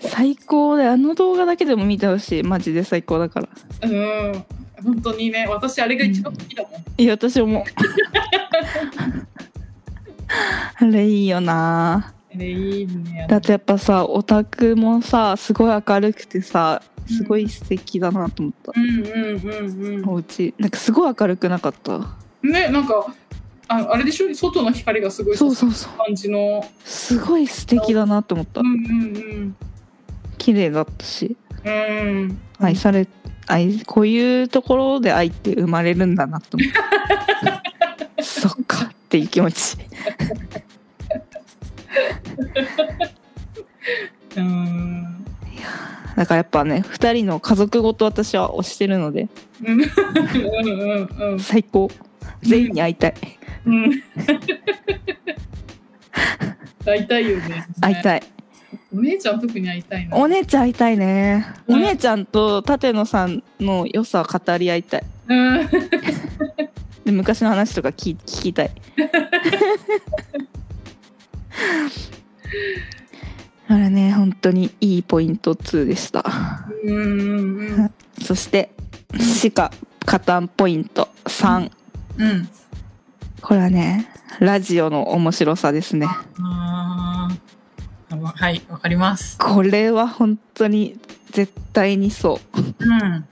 Speaker 1: 最高であの動画だけでも見てほしいマジで最高だから
Speaker 2: うん本当にね私あれが一番好きだもん
Speaker 1: いや私もあれいいよな
Speaker 2: あれいいね
Speaker 1: だってやっぱさオタクもさすごい明るくてさすごい素敵だなと思った、
Speaker 2: うんうんうん
Speaker 1: お家なんかすごい明るくなかった
Speaker 2: うんねなんかああれでしょ外の光がすごい
Speaker 1: そうそうそう
Speaker 2: 感じの
Speaker 1: すごい素敵だなと思った
Speaker 2: うんうんうん
Speaker 1: 綺麗だったし
Speaker 2: うん
Speaker 1: 愛され愛こういうところで愛って生まれるんだなと思った そっかっていう気持ち
Speaker 2: うん
Speaker 1: だからやっぱね2人の家族ごと私は推してるので
Speaker 2: うんうんうん
Speaker 1: 最高全員に会いたい
Speaker 2: うん。会いたいよね。
Speaker 1: 会い
Speaker 2: い。
Speaker 1: たい
Speaker 2: お姉ちゃん特に会いたいな。
Speaker 1: お姉ちゃん会いたいね
Speaker 2: うん
Speaker 1: お姉ちゃんと舘野さんの良さを語り合いたい
Speaker 2: うん。
Speaker 1: で昔の話とか聞き聞きたいあれね本当にいいポイント2でした
Speaker 2: うんうん
Speaker 1: そして「しか加担ポイント3
Speaker 2: うん。」
Speaker 1: これはねラジオの面白さですね
Speaker 2: あーあのはいわかります
Speaker 1: これは本当に絶対にそ
Speaker 2: うん
Speaker 1: う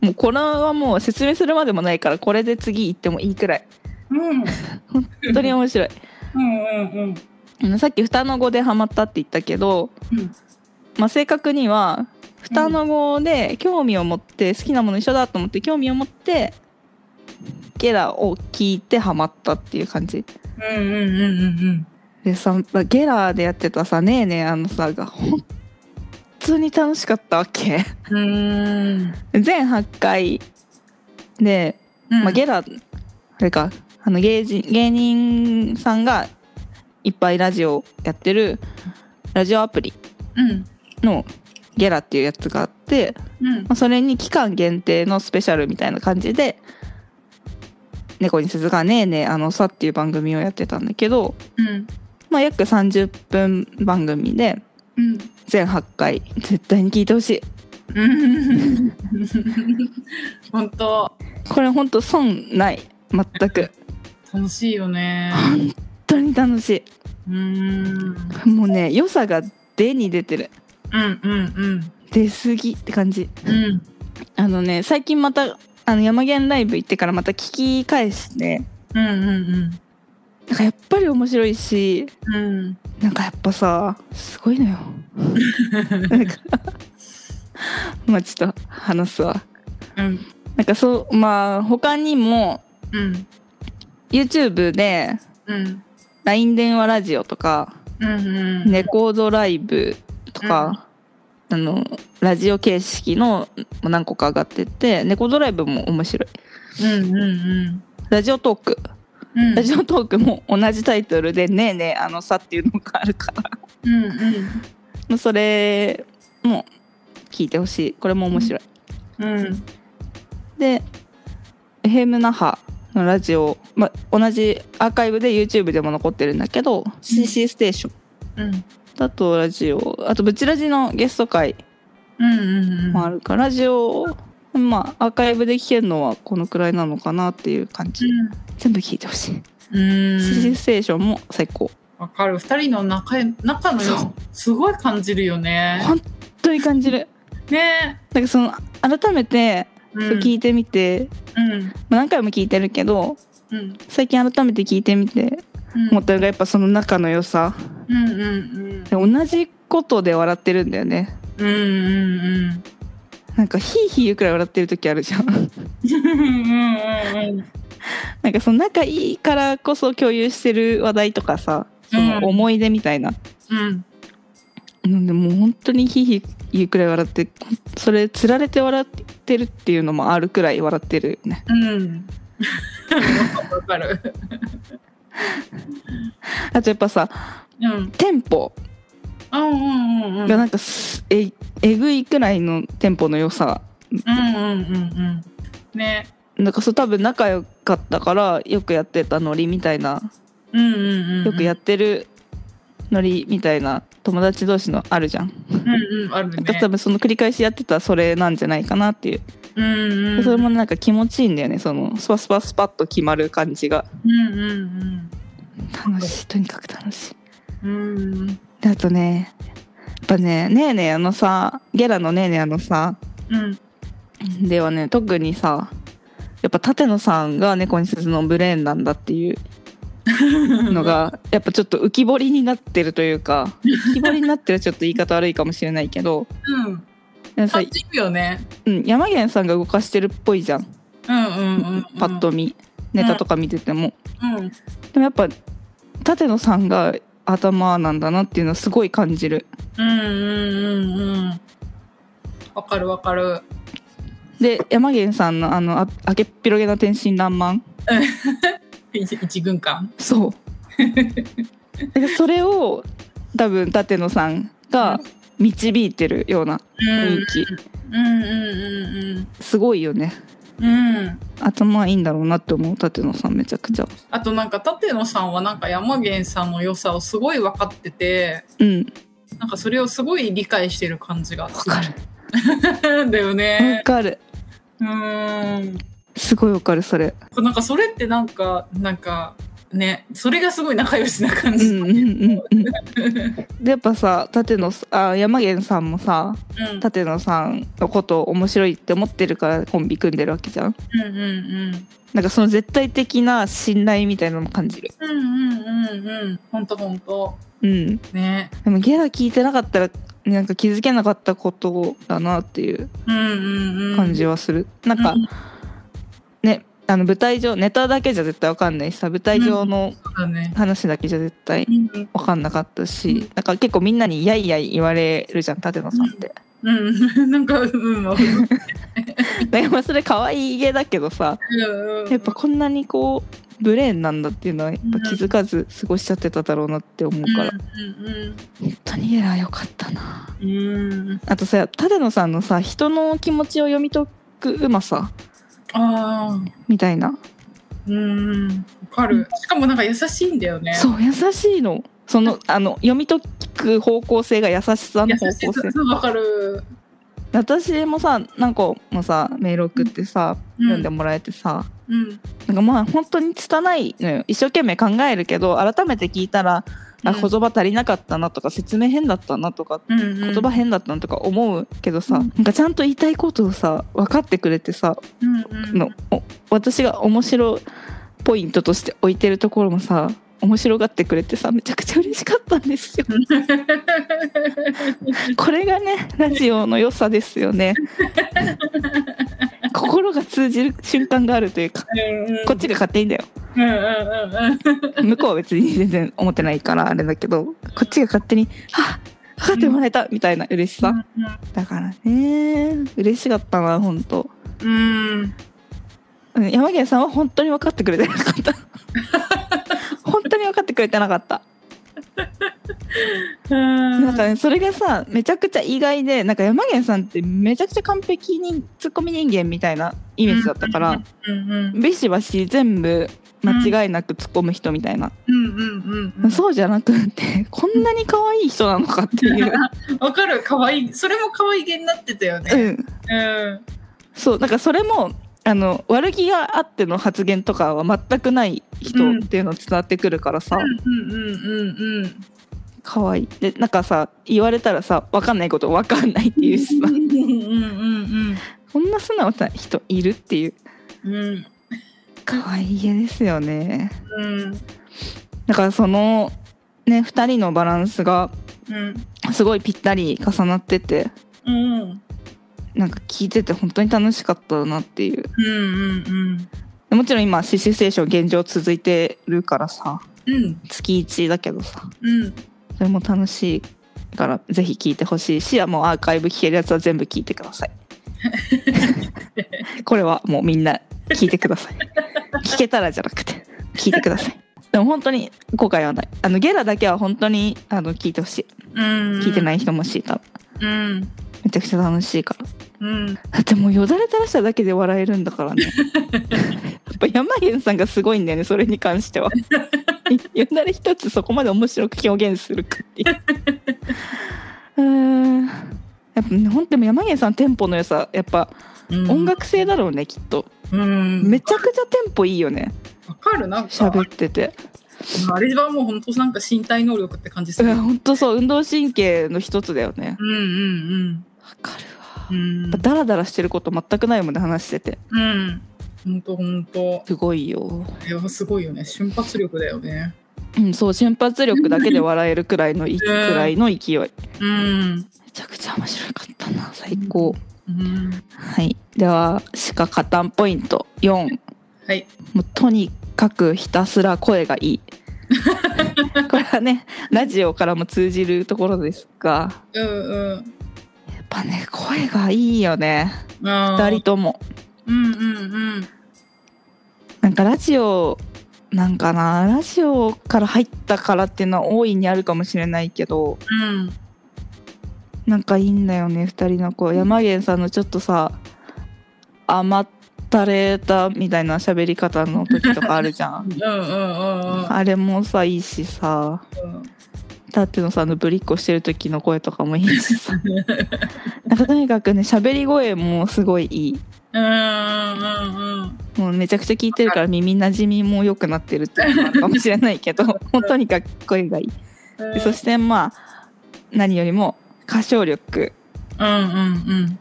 Speaker 1: もうこれはもう説明するまでもないからこれで次行ってもいいくらい
Speaker 2: うん
Speaker 1: 本当に面白い
Speaker 2: うんうん
Speaker 1: あのさっき双の語でハマったって言ったけど、
Speaker 2: うん
Speaker 1: まあ、正確には双の語で興味を持って好きなもの一緒だと思って興味を持ってゲラを聞いてハマったっていう感じ
Speaker 2: うんうんうんうんうん
Speaker 1: でさゲラでやってたさ「ねえねえあのさ」が本当に楽しかったわけ
Speaker 2: うんう
Speaker 1: 全8回で、
Speaker 2: ーん
Speaker 1: まあ、ゲラあれかあの芸人芸人さんがいっぱいラジオやってるラジオアプリ
Speaker 2: うん
Speaker 1: のゲラっていうやつがあって、
Speaker 2: うん
Speaker 1: まあ、それに期間限定のスペシャルみたいな感じで「猫に鈴がねえねえあのさ」っていう番組をやってたんだけど、
Speaker 2: うん
Speaker 1: まあ、約30分番組で
Speaker 2: うん
Speaker 1: 全8回絶対に聞いてほしい
Speaker 2: うん本当
Speaker 1: これほんと損ない全く
Speaker 2: 楽しいよね
Speaker 1: 本当に楽し
Speaker 2: うーん
Speaker 1: いもうね良さが出に出てる
Speaker 2: うんうんうん
Speaker 1: 出すぎって感じ
Speaker 2: うん
Speaker 1: あのね最近またあの山源ライブ行ってからまた聞き返して
Speaker 2: うんうん
Speaker 1: なんかやっぱり面白いし
Speaker 2: うんうん
Speaker 1: なんかやっぱさすごい のよなんかまあちょっと話すわ
Speaker 2: うん
Speaker 1: なんかそうまあ他にも
Speaker 2: うん
Speaker 1: YouTube で
Speaker 2: うん
Speaker 1: LINE 電話ラジオとか
Speaker 2: うんうん
Speaker 1: レコードライブとか、あのラジオ形式のもう何個か上がっててレコードライブも面白い
Speaker 2: うんうんうん
Speaker 1: ラジオトーク
Speaker 2: うん
Speaker 1: ラジオトークも同じタイトルで「ねえねえあのさ」っていうのがあるから
Speaker 2: うんうん
Speaker 1: もうそれも聞いてほしいこれも面白い、
Speaker 2: うん
Speaker 1: で FM 那覇のラジオ、まあ、同じアーカイブで YouTube でも残ってるんだけど、CC ステーション
Speaker 2: うん
Speaker 1: だとラジオあとブチラジのゲスト会
Speaker 2: うんうんうん
Speaker 1: もあるから、ラジオまあアーカイブで聞けるのはこのくらいなのかなっていう感じ、全部聞いてほしい「
Speaker 2: うん
Speaker 1: シシステーション」も最高
Speaker 2: わかる二人の仲仲の良
Speaker 1: そ
Speaker 2: さすごい感じるよね
Speaker 1: 本当に感じる
Speaker 2: ね
Speaker 1: なんかその改めて
Speaker 2: うん
Speaker 1: 聞いてみて、
Speaker 2: うん
Speaker 1: まあ何回も聞いてるけど
Speaker 2: うん
Speaker 1: 最近改めて聞いてみて
Speaker 2: うん
Speaker 1: 思ったのがやっぱその仲の良さ
Speaker 2: うんうん
Speaker 1: で同じことで笑ってるんだよね
Speaker 2: うんうんうんうん
Speaker 1: なんかヒーヒー言うくらい笑ってる時あるじゃん
Speaker 2: うんうんうん
Speaker 1: なんかその仲いいからこそ共有してる話題とかさその思い出みたいな
Speaker 2: うん
Speaker 1: なんでもう本当にヒーヒー言うくらい笑ってそれつられて笑ってるっていうのもあるくらい笑ってるね
Speaker 2: うんわかる
Speaker 1: あとやっぱさ
Speaker 2: うん
Speaker 1: テンポ
Speaker 2: うんうんうんうんうん
Speaker 1: がなんかすええぐいくらいのテンポの良さ
Speaker 2: うんうんうんね
Speaker 1: なんかそう多分仲良かったからよくやってたノリみたいな
Speaker 2: うんうんうん
Speaker 1: よくやってるノリみたいな友達同士のあるじゃん、
Speaker 2: うんうんある
Speaker 1: なんか
Speaker 2: ね
Speaker 1: 多分その繰り返しやってたそれなんじゃないかなっていう、
Speaker 2: うんうん
Speaker 1: それもなんか気持ちいいんだよねそのスパスパスパッと決まる感じが
Speaker 2: うんうん
Speaker 1: 楽しいとにかく楽しい
Speaker 2: うんうん
Speaker 1: であとねやっぱね「ねえねえあのさゲラのねえねえあのさ
Speaker 2: うん」
Speaker 1: ではね特にさやっぱ舘野さんが猫に鈴のブレーンなんだっていうのがやっぱちょっと浮き彫りになってるというか浮き彫りになってるちょっと言い方悪いかもしれないけど
Speaker 2: うん
Speaker 1: でもさ
Speaker 2: 感じるよね
Speaker 1: うん、山源さんが動かしてるっぽいじゃん、
Speaker 2: うんうんうんうん
Speaker 1: パッと見ネタとか見てても、
Speaker 2: うん
Speaker 1: でもやっぱ舘野さんが頭なんだなっていうのはすごい感じる
Speaker 2: うんうんうんうんわかる わかる
Speaker 1: で山源さんのあのあ明けっぴろげな天真爛漫
Speaker 2: 一一軍艦
Speaker 1: そうだからそれを多分舘野さんが導いてるような雰囲気、
Speaker 2: うんうん
Speaker 1: すごいよね
Speaker 2: うんうんうん
Speaker 1: 頭いいんだろうなって思う舘野さんめちゃくちゃ
Speaker 2: あとなんか舘野さんはなんか山源さんの良さをすごい分かってて
Speaker 1: うん
Speaker 2: なんかそれをすごい理解してる感じがわ
Speaker 1: わか
Speaker 2: る だよ
Speaker 1: わ
Speaker 2: ね
Speaker 1: かる
Speaker 2: うーん
Speaker 1: すごいわかるそれ
Speaker 2: なんかそれってなんかなんかねそれがすごい仲良しな感
Speaker 1: う
Speaker 2: じ、
Speaker 1: んうんうんうんでやっぱさ舘野さあ山源さんもさ
Speaker 2: うん
Speaker 1: 舘野さんのこと面白いって思ってるからコンビ組んでるわけじゃん
Speaker 2: うんうん
Speaker 1: なんかその絶対的な信頼みたいなの感じる
Speaker 2: うんうんうんうんうんほんとほんと
Speaker 1: うん
Speaker 2: ね
Speaker 1: でもゲラ聞いてなかったらなんか気づけなかったことだなっていう
Speaker 2: うんうんうん
Speaker 1: 感じはする、なんか、
Speaker 2: うん
Speaker 1: ねあの舞台上ネタだけじゃ絶対わかんないしさ舞台上の
Speaker 2: そうだね
Speaker 1: 話だけじゃ絶対
Speaker 2: うんうん
Speaker 1: わかんなかったし、
Speaker 2: うん
Speaker 1: なんか結構みんなにやいやい言われるじゃん舘野さんって、
Speaker 2: うん、 なんか、うん、わかる
Speaker 1: だからまあそれ可愛いげだけどさ
Speaker 2: うんうん
Speaker 1: やっぱこんなにこうブレーンなんだっていうのはやっぱ気づかず過ごしちゃってただろうなって思うから、
Speaker 2: うん
Speaker 1: 本当にエラーよかったな
Speaker 2: うんうん、うん、
Speaker 1: あとさ舘野さんのさ人の気持ちを読み解くうまさ
Speaker 2: ああ
Speaker 1: みたいな
Speaker 2: うんわかるしかもなんか優しいんだよね
Speaker 1: そう優しいのそのあの読み解く方向性が優しさの
Speaker 2: 優
Speaker 1: 方
Speaker 2: しい
Speaker 1: 向性
Speaker 2: そうわかる
Speaker 1: 私もさ何個もさメール送ってさ、
Speaker 2: うん
Speaker 1: 読んでもらえてさ、
Speaker 2: うん
Speaker 1: なんかまあ本当に拙いのよ一生懸命考えるけど改めて聞いたら、あ
Speaker 2: うん
Speaker 1: 言葉足りなかったなとか説明変だったなとか、
Speaker 2: うんうん
Speaker 1: 言葉変だったなとか思うけどさ、
Speaker 2: うん
Speaker 1: なんかちゃんと言いたいことをさ分かってくれてさ、
Speaker 2: うんうん
Speaker 1: のお私が面白ポイントとして置いてるところもさ面白がってくれてさめちゃくちゃ嬉しかったん ですよ。これがねラジオの良さですよ ね。心が通じる瞬間があるというかこっちが勝手にだよ。
Speaker 2: うんうんうん
Speaker 1: 向こうは別に全然思ってないからあれだけどこっちが勝手に「あ分かってもらえた」みたいな嬉しさ、だからね嬉しかったな本当
Speaker 2: うんうん
Speaker 1: うん山源さんは本当に分かってくれてなか った本当に分かってくれてなかったなんかねそれがさめちゃくちゃ意外でなんか山源さんってめちゃくちゃ完璧にツッコミ人間みたいなイメージだったから、
Speaker 2: うんうん
Speaker 1: ビシバシ全部間違いなく突っ込む人みたいな、
Speaker 2: うんうんうん
Speaker 1: そうじゃなくってこんなに可愛い人なのかっていう、
Speaker 2: わかる可愛いそれも可愛げになってたよ
Speaker 1: う
Speaker 2: ね
Speaker 1: ん、
Speaker 2: うん
Speaker 1: そうなんかそれもあの悪気があっての発言とかは全くない人っていうの伝わってくるからさ、
Speaker 2: うんうんうんうん
Speaker 1: 可愛いでなんかさ言われたらさ分かんないこと分かんないっていうしさ、
Speaker 2: うんうん
Speaker 1: こんな素直な人いるっていう
Speaker 2: うんうん
Speaker 1: 可愛いげですよね
Speaker 2: うん
Speaker 1: だからそのね2人のバランスが
Speaker 2: うん
Speaker 1: すごいぴったり重なってて
Speaker 2: うん
Speaker 1: なんか聞いてて本当に楽しかったなっていう
Speaker 2: うんうん
Speaker 1: でもちろん今「シシステーション」現状続いてるからさ
Speaker 2: うん
Speaker 1: 月1だけどさ
Speaker 2: うん
Speaker 1: それも楽しいからぜひ聞いてほしいしもうアーカイブ聞けるやつは全部聞いてくださいこれはもうみんな聞いてください聞けたらじゃなくて聞いてくださいでも本当に後悔はないあのゲラだけは本当にあの聞いてほしい聞いてない人もしいた
Speaker 2: うん
Speaker 1: めちゃくちゃ楽しいから
Speaker 2: うん
Speaker 1: だってもうよだれ垂らしただけで笑えるんだ からねやっぱ山源さんがすごいんだよねそれに関して はよだれ一つそこまで面白く表現するかっていううーんやっぱねほんとでも山源さんテンポの良さやっぱ
Speaker 2: うん
Speaker 1: 音楽性だろうね、きっと
Speaker 2: うん
Speaker 1: めちゃくちゃテンポいいよね
Speaker 2: わかるなんか
Speaker 1: 喋ってて
Speaker 2: あれはもう本当なんか身体能力って感じす
Speaker 1: う
Speaker 2: る
Speaker 1: んほんとそう運動神経の一つだよね
Speaker 2: うんうん
Speaker 1: わかるわ
Speaker 2: うんうん
Speaker 1: やっぱダラダラしてること全くないもんね話してて
Speaker 2: うん本当本当
Speaker 1: すごいよ
Speaker 2: いやすごいよね瞬発力だよね
Speaker 1: うん、そう瞬発力だけで笑えるくらいのいくらいの勢いめ
Speaker 2: うん
Speaker 1: ちゃくちゃ面白かったな最高、
Speaker 2: うん
Speaker 1: はいでは鹿加担ポイント4
Speaker 2: はい
Speaker 1: もうとにかくひたすら声がいい これはねラジオからも通じるところですが
Speaker 2: うんうん
Speaker 1: やっぱね声がいいよね
Speaker 2: 二
Speaker 1: 2人とも
Speaker 2: うんうんうん
Speaker 1: なんかラジオなんかなラジオから入ったからっていうのは大いにあるかもしれないけど、
Speaker 2: うん
Speaker 1: なんかいいんだよね二人の子山源さんのちょっとさ甘ったれたみたいな喋り方の時とかあるじゃん
Speaker 2: うん うんうん
Speaker 1: あれもさいいしさ
Speaker 2: うん
Speaker 1: 舘野さんのぶりっこしてる時の声とかもいい しさなんかとにかくね喋り声もすごいいい
Speaker 2: うんうんうん
Speaker 1: もうめちゃくちゃ聞いてるから耳なじみも良くなってるっていうのもあるかもしれない けどもうとにかく声がいいでそしてまあ何よりも歌唱力
Speaker 2: うんうんうん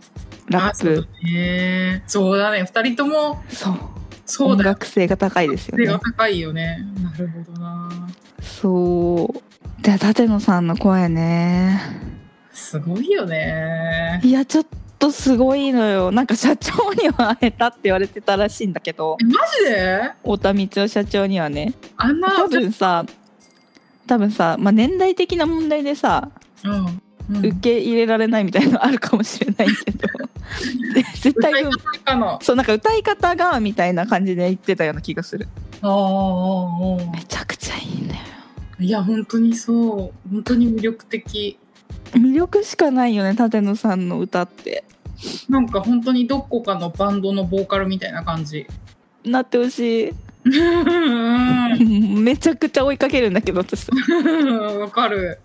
Speaker 1: ラップ
Speaker 2: ねそうだね二人とも
Speaker 1: そう
Speaker 2: そう
Speaker 1: 音
Speaker 2: だよ
Speaker 1: 楽性が高いですよ
Speaker 2: 背が
Speaker 1: ね
Speaker 2: 高いよねなるほどな
Speaker 1: そうで舘野さんの声ね
Speaker 2: すごいよね
Speaker 1: いやちょっとすごいのよなんか社長には会えたって言われてたらしいんだけど
Speaker 2: えマジで
Speaker 1: 太田光代社長にはね
Speaker 2: あんな
Speaker 1: 多分さ多分さ、まあ、年代的な問題でさ
Speaker 2: うんうん
Speaker 1: 受け入れられないみたいなのあるかもしれないけ どで絶
Speaker 2: 歌
Speaker 1: 対
Speaker 2: い方かな
Speaker 1: そうなんか歌い方がみたいな感じで言ってたような気がする
Speaker 2: ああああ
Speaker 1: めちゃくちゃいいんだよ
Speaker 2: いや本当にそう本当に魅力的
Speaker 1: 魅力しかないよね舘野さんの歌って
Speaker 2: なんか本当にどこかのバンドのボーカルみたいな感じ
Speaker 1: なってほしい
Speaker 2: う ん
Speaker 1: めちゃくちゃ追いかけるんだけど私
Speaker 2: わかる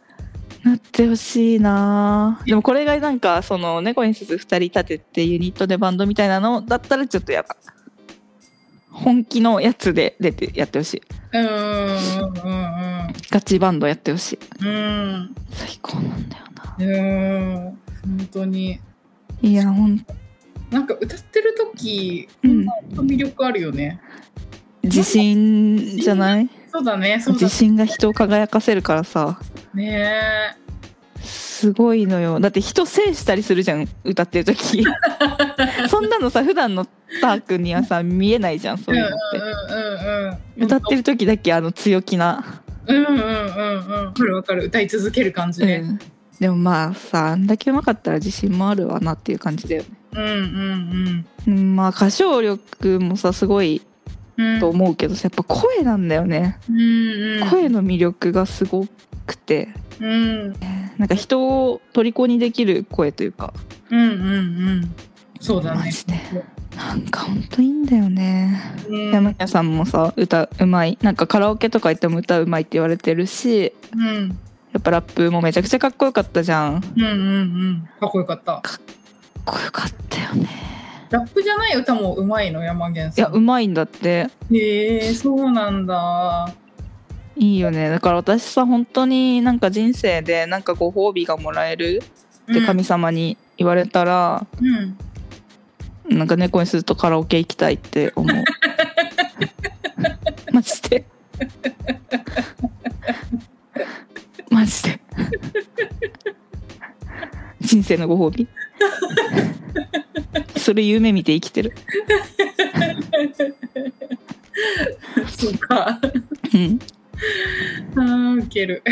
Speaker 1: なってほしいなぁでもこれがなんかその猫にすず2人立ててユニットでバンドみたいなのだったらちょっとやだ本気のやつで出てやってほしい
Speaker 2: うんうんうん
Speaker 1: ガチバンドやってほしい
Speaker 2: うん
Speaker 1: 最高なんだよな
Speaker 2: うん本当に
Speaker 1: いやほん
Speaker 2: なんか歌ってる時、
Speaker 1: うん
Speaker 2: 本当魅力あるよね
Speaker 1: 自信じゃない
Speaker 2: そうだねそうだ
Speaker 1: 自信が人を輝かせるからさ
Speaker 2: ね
Speaker 1: すごいのよだって人制したりするじゃん歌ってる 時そんなのさ普段のタークにはさ見えないじゃんそういうのって
Speaker 2: うんうんうんうん
Speaker 1: 歌ってる時だけあの強気な、
Speaker 2: うんうんうんうんわかるわかる歌い続ける感じ
Speaker 1: う
Speaker 2: ね、
Speaker 1: んでもまあさあんだけうまかったら自信もあるわなっていう感じだよね、
Speaker 2: うん、うん
Speaker 1: うん、まあ歌唱力もさすごい
Speaker 2: うんうん
Speaker 1: と思うけどさやっぱ声なんだよね、
Speaker 2: うんうん
Speaker 1: 声の魅力がすごくて
Speaker 2: うん
Speaker 1: なんか人を虜にできる声というか
Speaker 2: うんうんうんそうだ
Speaker 1: マ
Speaker 2: ね
Speaker 1: ジでなんかほんといいんだよね
Speaker 2: うん
Speaker 1: 山家さんもさ歌うまいなんかカラオケとか行っても歌うまいって言われてるし
Speaker 2: うん
Speaker 1: やっぱラップもめちゃくちゃかっこよかったじゃんか
Speaker 2: うんうんうんかっこよかった
Speaker 1: っこよかったよね
Speaker 2: ラップじゃない歌もうまいの山源
Speaker 1: いや
Speaker 2: さん
Speaker 1: うまいんだって
Speaker 2: へえそうなんだ
Speaker 1: いいよねだから私さ本当になんか人生でなんかご褒美がもらえるって神様に言われたら、
Speaker 2: うんうん
Speaker 1: なんか猫にするとカラオケ行きたいって思うマジでマジで人生のご褒美それ夢見て生きてる、
Speaker 2: そうか
Speaker 1: うん、聞
Speaker 2: あーウケる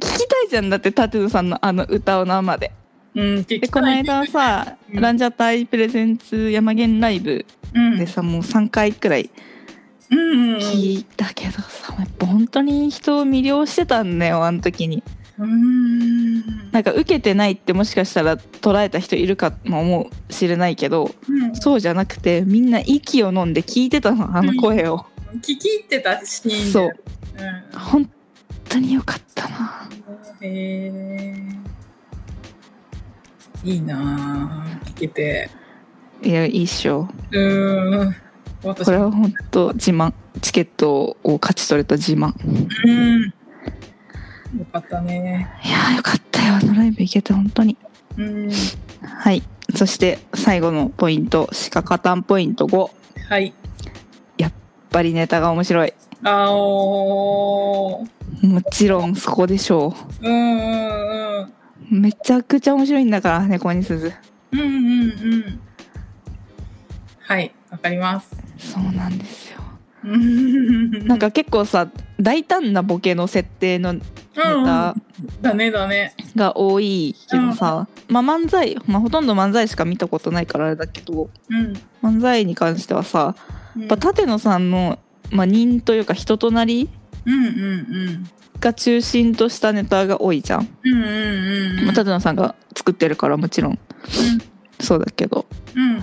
Speaker 1: きたいじゃんだって舘野さんのあの歌を生で
Speaker 2: うん聞
Speaker 1: で
Speaker 2: き
Speaker 1: この
Speaker 2: たい
Speaker 1: 間さ、
Speaker 2: うん
Speaker 1: ランジャタイプレゼンツ山源ライブ
Speaker 2: うん
Speaker 1: でさ、もう3回くらい
Speaker 2: うんうん
Speaker 1: 聞いたけどさ、やっぱ本当に人を魅了してたんだよあの時に
Speaker 2: うん
Speaker 1: なんか受けてないってもしかしたら捉えた人いるかもしれないけど
Speaker 2: うん
Speaker 1: そうじゃなくてみんな息を飲んで聞いてたのあの声を、
Speaker 2: 聞き入ってたシーンで
Speaker 1: そう
Speaker 2: うん
Speaker 1: 本当によかったな
Speaker 2: へえいいなあ聞けて
Speaker 1: いやいいっしょ
Speaker 2: うーん私
Speaker 1: これは本当自慢チケットを勝ち取れた自慢
Speaker 2: うんよかったね
Speaker 1: いやーよかったよあのライブ行けて本当に
Speaker 2: うん
Speaker 1: はいそして最後のポイント鹿カタンポイント5
Speaker 2: はい
Speaker 1: バリネタが面白い
Speaker 2: あおー
Speaker 1: もちろんそこでしょ
Speaker 2: うんうんうん
Speaker 1: うめちゃくちゃ面白いんだから猫に鈴
Speaker 2: うんうんうんはいわかります
Speaker 1: そう なんですよ
Speaker 2: な
Speaker 1: なんか結構さ大胆なボケの設定のネタ
Speaker 2: だねだね
Speaker 1: が多いけどさ、まあ漫才、まあ、ほとんど漫才しか見たことないからあれだけど
Speaker 2: うん
Speaker 1: 漫才に関してはさ
Speaker 2: うん
Speaker 1: やっぱ舘野さんの、まあ、人というか人となり
Speaker 2: うんうんうん
Speaker 1: が中心としたネタが多いじゃん、
Speaker 2: うんうんうん
Speaker 1: まあ、舘野さんが作ってるからもちろんそうだけど
Speaker 2: うんうん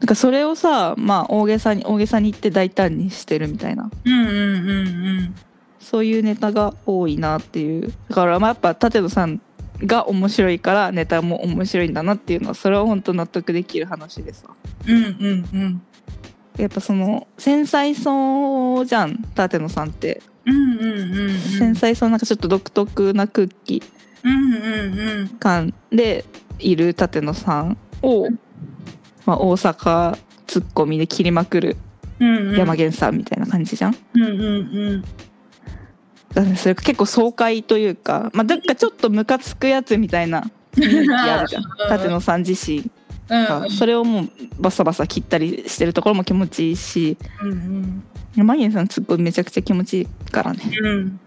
Speaker 1: なんかそれをさまあ大げさに大げさに言って大胆にしてるみたいな
Speaker 2: うんうんうんうん
Speaker 1: そういうネタが多いなっていうだからまあやっぱ舘野さんが面白いからネタも面白いんだなっていうのはそれは本当納得できる話でさ
Speaker 2: うんうん
Speaker 1: やっぱその繊細そうじゃん舘野さんって、
Speaker 2: うんうんうんうんうん
Speaker 1: 繊細そうなんかちょっと独特な空気
Speaker 2: うんうんうん
Speaker 1: 感でいる舘野さんを、
Speaker 2: うん
Speaker 1: まあ、大阪ツッコミで切りまくる
Speaker 2: うんうん
Speaker 1: 山源さんみたいな感じじゃん。
Speaker 2: うんうんうん
Speaker 1: だからそれ結構爽快というか、まあ、なんかちょっとムカつくやつみたいな雰囲気ある じゃん舘野さん自身
Speaker 2: うん
Speaker 1: がそれをもうバサバサ切ったりしてるところも気持ちいいし
Speaker 2: うんうん
Speaker 1: 山源さんツッコミめちゃくちゃ気持ちいいからね。
Speaker 2: うん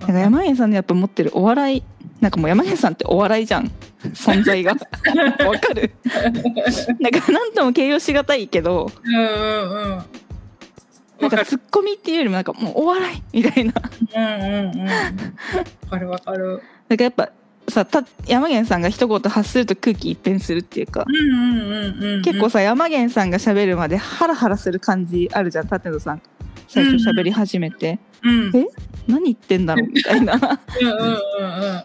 Speaker 1: だから山源さんのやっぱ持ってるお笑いなんかもう山源さんってお笑いじゃん存在 がわかるなんか何とも形容しがたいけど
Speaker 2: うんうんうんわ
Speaker 1: なん
Speaker 2: か
Speaker 1: か
Speaker 2: る
Speaker 1: ツッコミっていうよりもなんかもうお笑いみたいななん
Speaker 2: うんうんうんわかるわかる
Speaker 1: かやっぱさた山源さんが一言発すると空気一変するっていうか
Speaker 2: うんうんうんうんうん
Speaker 1: 結構さ山源さんが喋るまでハラハラする感じあるじゃん舘野さん最初喋り始めて、
Speaker 2: うんうん
Speaker 1: 何言ってんだろうみたい な
Speaker 2: うんうん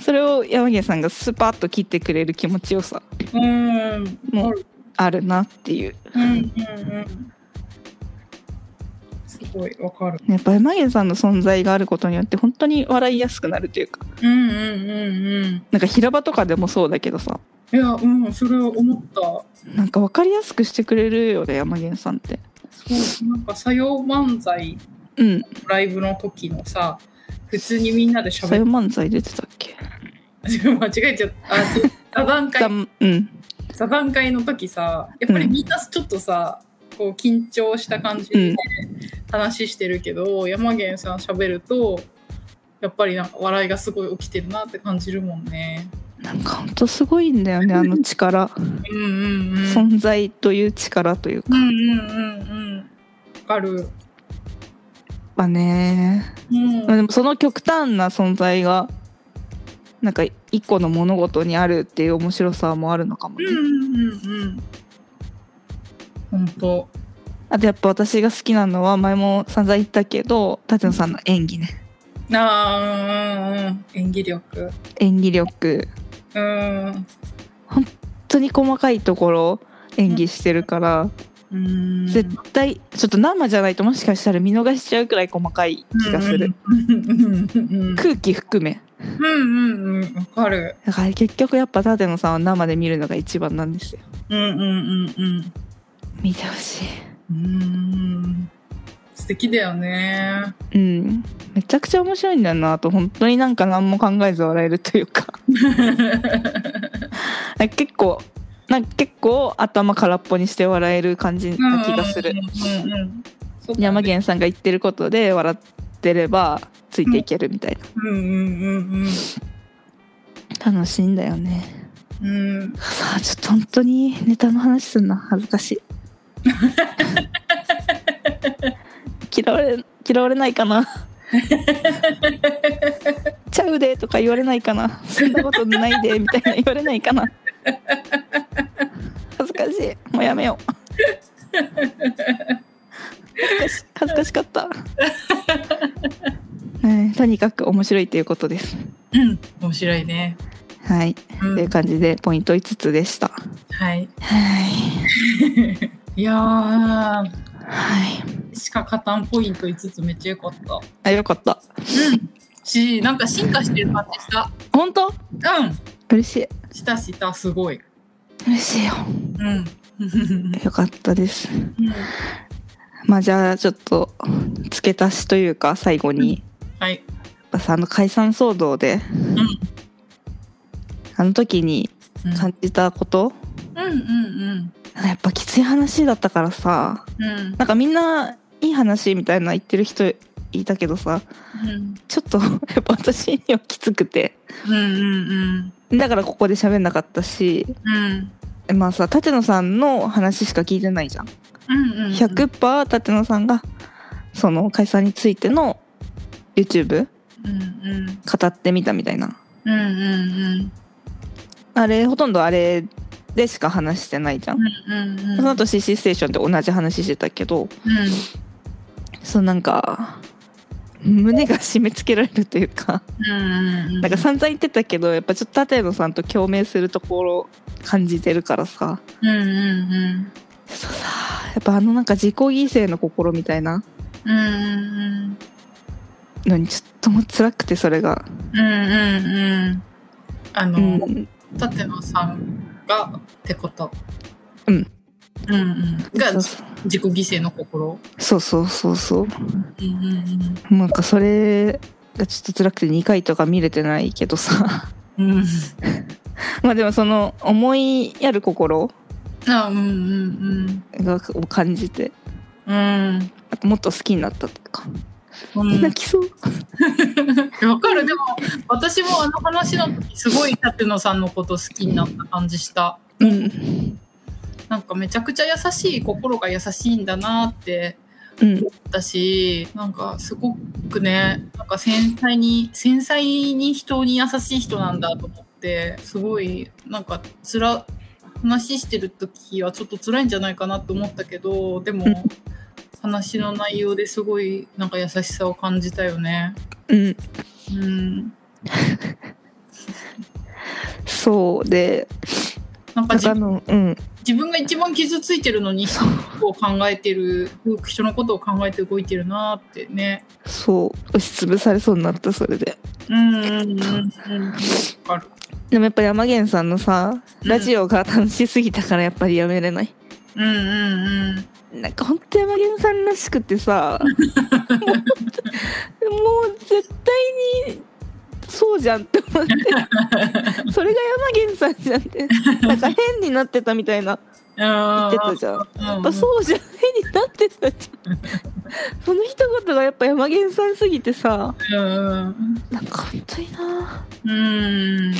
Speaker 1: それを山源さんがスパッと切ってくれる気持ちよさ
Speaker 2: うんうん
Speaker 1: もあるなっていう
Speaker 2: うんうんうんすごいわかる
Speaker 1: やっぱ山源さんの存在があることによって本当に笑いやすくなるというか
Speaker 2: うんうんうんうん
Speaker 1: なんか平場とかでもそうだけどさ
Speaker 2: いやうんそれは思った
Speaker 1: なんか分かりやすくしてくれるよね山源さんって
Speaker 2: そうなんか作用漫才
Speaker 1: うん
Speaker 2: ライブの時のさ普通にみんなで喋
Speaker 1: さ
Speaker 2: っ
Speaker 1: よ漫才出てたっけ
Speaker 2: 間違えちゃったあ座談
Speaker 1: だ
Speaker 2: 会
Speaker 1: んうん
Speaker 2: 座談会の時さやっぱりみんなちょっとさ、こう緊張した感じ
Speaker 1: うん
Speaker 2: で話してるけど、山源さん喋るとやっぱりなんか笑いがすごい起きてるなって感じるもんね。
Speaker 1: なんか本当すごいんだよねあの力
Speaker 2: うんうんうん。うん
Speaker 1: 存在という力というか
Speaker 2: うんうんうん。わかる。
Speaker 1: はね
Speaker 2: うん。
Speaker 1: まあでもその極端な存在がなんか一個の物事にあるっていう面白さもあるのかもね、
Speaker 2: うんうんうんうん。本当。
Speaker 1: あとやっぱ私が好きなのは前も散々言ったけど舘野さんの演技ね
Speaker 2: ああ、うんうんうん。演技力。
Speaker 1: 演技力本
Speaker 2: うん。
Speaker 1: 当に細かいところ演技してるから、
Speaker 2: うん。
Speaker 1: 絶対ちょっと生じゃないともしかしたら見逃しちゃうくらい細かい気がする、。
Speaker 2: うんうんうん
Speaker 1: 空気含め
Speaker 2: うんうん。わかる。
Speaker 1: だから結局やっぱ舘野さんは生で見るのが一番なんですよ
Speaker 2: うんうんうんうん。
Speaker 1: 見てほし
Speaker 2: うーん素敵だよね。
Speaker 1: いうんめちゃくちゃ面白いんだよなあと本当になんか何も考えず笑えるというか なんか結構なんか結構頭空っぽにして笑える感じな気がする
Speaker 2: うんうんうんそうだね
Speaker 1: 山源さんが言ってることで笑ってればついていけるみたい
Speaker 2: うんうんうん
Speaker 1: な、楽しいんだよね
Speaker 2: うん。うん。
Speaker 1: さあちょっと本当にネタの話すんな恥ずかしい嫌われ嫌われないかなちゃうでとか言われないかなそんなことないでみたいな言われないかな恥ずかしいもうやめよう恥ずかし恥ずかしかった、ねえとにかく面白いということです
Speaker 2: うん。面白いね。
Speaker 1: はい、
Speaker 2: うん
Speaker 1: という感じでポイント5つでした
Speaker 2: はい。
Speaker 1: はい
Speaker 2: いやー、
Speaker 1: はい
Speaker 2: しか勝たんポイント5つめっちゃ良かった。
Speaker 1: あよかった
Speaker 2: し、なんか進化してる感じした。
Speaker 1: 本当
Speaker 2: うん。
Speaker 1: 嬉しい
Speaker 2: したした、すごい。
Speaker 1: 嬉しいよ
Speaker 2: うん。
Speaker 1: よかったですまあじゃあちょっと付け足しというか最後に
Speaker 2: はい。
Speaker 1: やっぱさあの解散騒動で、
Speaker 2: ん
Speaker 1: あの時に
Speaker 2: うん
Speaker 1: 感じたこと、
Speaker 2: うんうん
Speaker 1: やっぱきつい話だったからさ
Speaker 2: うん。うん
Speaker 1: なんかみんないい話みたいな言ってる人いたけどさ
Speaker 2: うん
Speaker 1: ちょっと やっぱ私にはきつくて
Speaker 2: うんうん
Speaker 1: だからここで喋んなかったし
Speaker 2: うん。
Speaker 1: まあさ舘野さんの話しか聞いてないじゃん
Speaker 2: うんうんうん。
Speaker 1: 100%舘野さんがその解散についての YouTube
Speaker 2: うんうん
Speaker 1: 語ってみたみたいな
Speaker 2: うんうん
Speaker 1: あれほとんどあれでしか話してないじゃん、
Speaker 2: うんうん
Speaker 1: その後 CC ステーションって同じ話してたけど
Speaker 2: うん
Speaker 1: そのなんか胸が締め付けられるというか
Speaker 2: うん
Speaker 1: なんか散々言ってたけどやっぱちょっと舘野さんと共鳴するところ感じてるからさ
Speaker 2: うんうん
Speaker 1: そうさやっぱあのなんか自己犠牲の心みたいな
Speaker 2: うんうん
Speaker 1: のにちょっともう辛くてそれが、
Speaker 2: うんうんうんあ
Speaker 1: う
Speaker 2: の、
Speaker 1: ん、
Speaker 2: 舘野さんがってこと
Speaker 1: うん
Speaker 2: うんうんが
Speaker 1: そうそう
Speaker 2: 自己犠牲の心
Speaker 1: そうそうそうそう
Speaker 2: うんうん
Speaker 1: なんかそれがちょっと辛くて2回とか見れてないけどさ
Speaker 2: うんうん
Speaker 1: まあでもその思いやる心
Speaker 2: あうんうん
Speaker 1: がを感じて
Speaker 2: うんう
Speaker 1: な
Speaker 2: ん
Speaker 1: んかもっと好きになったというか、
Speaker 2: うん
Speaker 1: 泣きそう
Speaker 2: わかるでも私もあの話の時すごい舘野さんのこと好きになった感じした
Speaker 1: うん
Speaker 2: なんかめちゃくちゃ優しい心が優しいんだなって
Speaker 1: うん
Speaker 2: だしなんかすごくねなんか繊細に繊細に人に優しい人なんだと思ってすごいなんかつら話してる時はちょっと辛いんじゃないかなと思ったけどでも
Speaker 1: うん
Speaker 2: 話の内容ですごいなんか優しさを感じたよね。
Speaker 1: うん
Speaker 2: うん、
Speaker 1: そうで
Speaker 2: なん
Speaker 1: な
Speaker 2: か
Speaker 1: ん
Speaker 2: 自
Speaker 1: かあのうん
Speaker 2: 自分が一番傷ついてるのに人のことを考えてる人のことを考えて動いてるなってね。
Speaker 1: そう押しつぶされそうになったそれで
Speaker 2: うんうんうんうん。わかる。
Speaker 1: でもやっぱ山源さんのさラジオが楽しすぎたからやっぱりやめれない、
Speaker 2: うんうんうん。
Speaker 1: なんか本当山源さんらしくてさもうもう絶対にそうじゃんって思ってそれが山源さんじゃんってなんか変になってたみたいな言
Speaker 2: 言
Speaker 1: ってたじゃんや
Speaker 2: や
Speaker 1: っぱそうじゃん変になってたじゃんその一言がやっぱ山源さんすぎてさ
Speaker 2: うん
Speaker 1: なんか本当にな
Speaker 2: うん
Speaker 1: な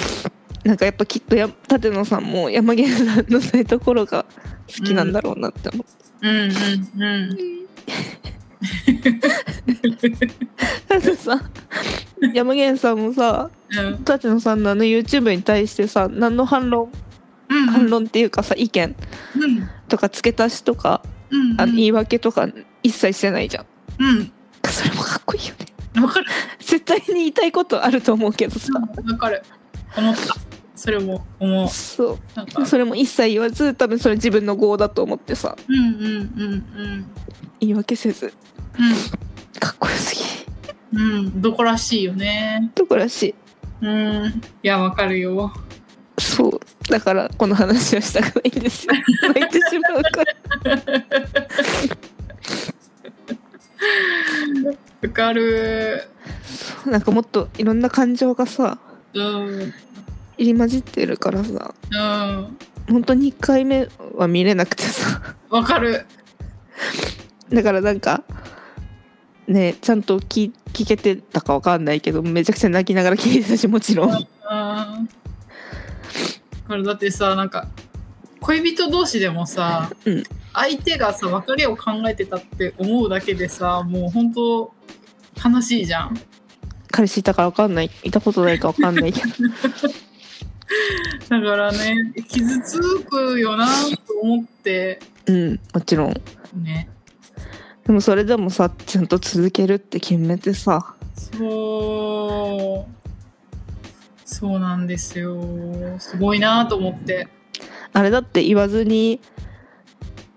Speaker 1: んかやっぱきっとや舘野さんも山源さんのそういうところが好きなんだろうなって思って、
Speaker 2: うんうん
Speaker 1: だってさ山源さんもさ
Speaker 2: うん
Speaker 1: 舘野さんのあの YouTube に対してさ何の反論
Speaker 2: うん
Speaker 1: 反論っていうかさ意見
Speaker 2: うん
Speaker 1: とか付け足しとか
Speaker 2: うん
Speaker 1: あの言い訳とか一切してないじゃん、
Speaker 2: う
Speaker 1: それもかっこいいよね
Speaker 2: んわかる
Speaker 1: 絶対に言いたいことあると思うけどさ、
Speaker 2: わかる思ったそれも思う
Speaker 1: そ
Speaker 2: なんか
Speaker 1: うそれも一切言わず多分それ自分の業だと思ってさ
Speaker 2: うんうんうん
Speaker 1: 言い訳せず
Speaker 2: う
Speaker 1: かっこよすぎ
Speaker 2: んうんどこらしいよね
Speaker 1: とこらしい
Speaker 2: うんいやわかるよ
Speaker 1: そうだからこの話をしたくないんですよ泣いてしまうから
Speaker 2: わかる
Speaker 1: そう なんかもっといろんな感情がさ
Speaker 2: うん
Speaker 1: 入り混じってるからさ
Speaker 2: うん
Speaker 1: 本当に1回目は見れなくてさ
Speaker 2: わかる
Speaker 1: だからなんかねちゃんと聞聞けてたかわかんないけどめちゃくちゃ泣きながら聞いてたしもちろん
Speaker 2: あこれだってさなんか恋人同士でもさ、
Speaker 1: うん
Speaker 2: 相手がさ別れを考えてたって思うだけでさもう本当悲しいじゃん
Speaker 1: 彼氏いたかわかんないいたことないかわかんないけど
Speaker 2: だからね傷つくよなと思って
Speaker 1: うんもちろん
Speaker 2: ね
Speaker 1: でもそれでもさちゃんと続けるって決めてさ
Speaker 2: そうそうなんですよすごいなと思って
Speaker 1: あれだって言わずに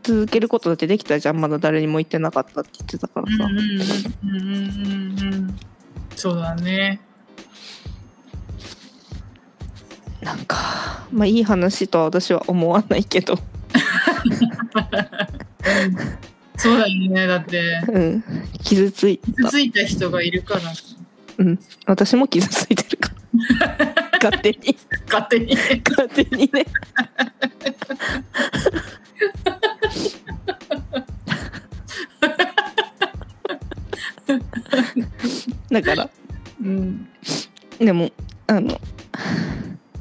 Speaker 1: 続けることだってできたじゃんまだ誰にも言ってなかったって言ってたか
Speaker 2: う
Speaker 1: ら
Speaker 2: ん
Speaker 1: さ、
Speaker 2: うんうんうんうんうんそうだね
Speaker 1: なんかまあいい話とは私は思わないけど
Speaker 2: そうだよねだって
Speaker 1: うん傷つい
Speaker 2: 傷
Speaker 1: た
Speaker 2: ついた人がいるから
Speaker 1: うん私も傷ついてるから勝手に
Speaker 2: 勝手に
Speaker 1: 勝手にねだから
Speaker 2: うん
Speaker 1: でもあの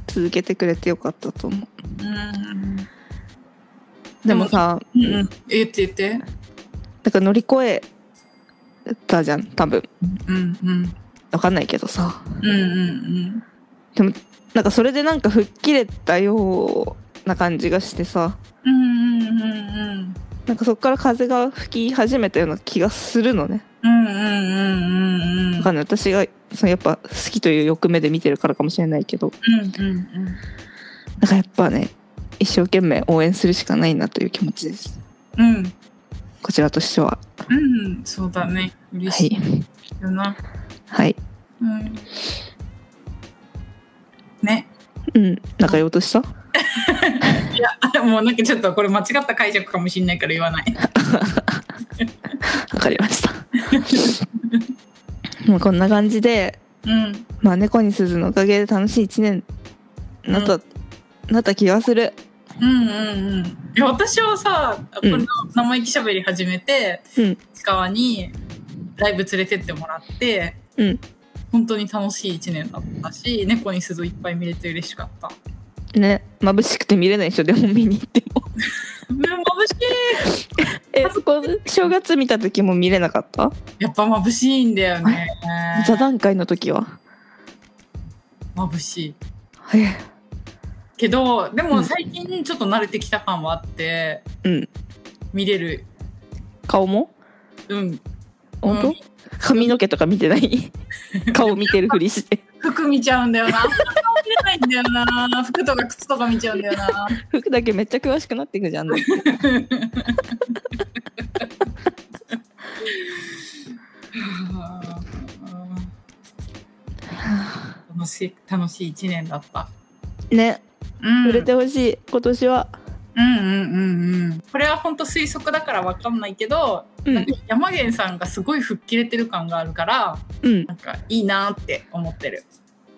Speaker 1: 続けてくれてよかったと思
Speaker 2: うん
Speaker 1: うでもさ、
Speaker 2: うん言って言って
Speaker 1: だから乗り越えたじゃん多分
Speaker 2: うんうん
Speaker 1: わかんないけどさ
Speaker 2: うんうん
Speaker 1: なんかそれでなんか吹っ切れたような感じがしてさ
Speaker 2: うんうんうんうん
Speaker 1: なんかそっから風が吹き始めたような気がするのね
Speaker 2: うんうんうんうんうん
Speaker 1: わかんない私がそのやっぱ好きという欲目で見てるからかもしれないけど
Speaker 2: うんうんうん
Speaker 1: だからやっぱね一生懸命応援するしかないなという気持ちです
Speaker 2: うん
Speaker 1: こちらとしては
Speaker 2: うんそうだね嬉
Speaker 1: は
Speaker 2: し
Speaker 1: い
Speaker 2: いよな、
Speaker 1: はい
Speaker 2: うんね
Speaker 1: うんなんか言おうとした
Speaker 2: いやあもうなんかちょっとこれ間違った解釈かもしれないから言わない
Speaker 1: わかりま したまあこんな感じで
Speaker 2: うん
Speaker 1: まあ猫に鈴のおかげで楽しい一年になった、なった気がする
Speaker 2: うんうんうんいや私はさこ
Speaker 1: うん
Speaker 2: の生意気しゃべり始めて
Speaker 1: うん
Speaker 2: 市川にライブ連れてってもらって
Speaker 1: うん
Speaker 2: 本当に楽しい一年だったし猫に鈴いっぱい見れて嬉しかった
Speaker 1: ね眩しくて見れないでしょでも見に行っても
Speaker 2: でも眩しい
Speaker 1: えそこ正月見た時も見れなかった
Speaker 2: やっぱ眩しいんだよね
Speaker 1: 座談会の時は
Speaker 2: 眩しい
Speaker 1: はい
Speaker 2: けどで
Speaker 1: う
Speaker 2: も
Speaker 1: ん
Speaker 2: 最近ちょっと慣れてきた感はあって
Speaker 1: うん
Speaker 2: 見れる
Speaker 1: 顔も
Speaker 2: うん
Speaker 1: 本当、
Speaker 2: うん
Speaker 1: 髪の毛とか見てない 顔見てるふりして
Speaker 2: 服見ちゃうんだよな見れないんだよな服とか靴とか見ちゃうんだよな
Speaker 1: 服だけめっちゃ詳しくなっていくじゃん
Speaker 2: 楽しい楽しい一年だった。
Speaker 1: ね
Speaker 2: うん
Speaker 1: 触れてほしい今年は
Speaker 2: うんうんうんうん。これは本当推測だからわかんないけど、
Speaker 1: う
Speaker 2: なん
Speaker 1: ん
Speaker 2: か山源さんがすごい吹っ切れてる感があるから、
Speaker 1: うん
Speaker 2: なんかいいなって思ってる。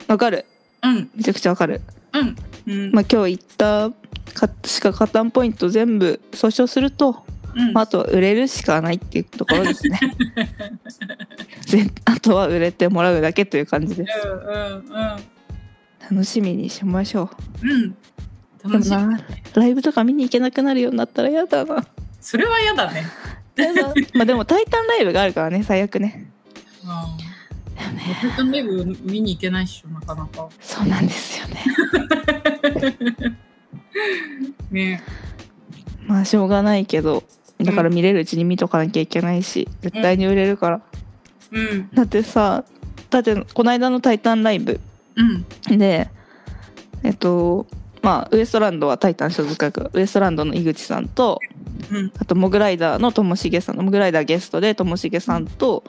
Speaker 1: わかる
Speaker 2: うん
Speaker 1: めちゃくちゃわかる
Speaker 2: うんうん。
Speaker 1: まあ今日言ったかしか加担ポイント全部訴訟すると、
Speaker 2: うん
Speaker 1: まあ、あとは売れるしかないっていうところ ですねぜあとは売れてもらうだけという感じです
Speaker 2: うんうん
Speaker 1: 楽しみにしましょ
Speaker 2: うん。うん。
Speaker 1: うで
Speaker 2: 楽
Speaker 1: も
Speaker 2: しい。
Speaker 1: なライブとか見に行けなくなるようになったら嫌だな
Speaker 2: それは嫌だね。
Speaker 1: やだまあでも「 タイタンライブ」があるからね最悪ね
Speaker 2: うん。ボタンライブ見に行けないっしょなかなか。
Speaker 1: そうなんですよね
Speaker 2: ね。
Speaker 1: まあしょうがないけどだから見れるうちに見とかなきゃいけないし絶対に売れるから、
Speaker 2: うん
Speaker 1: だってさだってこの間の「タイタンライブ
Speaker 2: うん」
Speaker 1: でえっとまあウエストランドは「タイタン」所属楽ウエストランドの井口さんと
Speaker 2: うん
Speaker 1: あとモグライダーのともしげさんモグライダーゲストでともしげさんと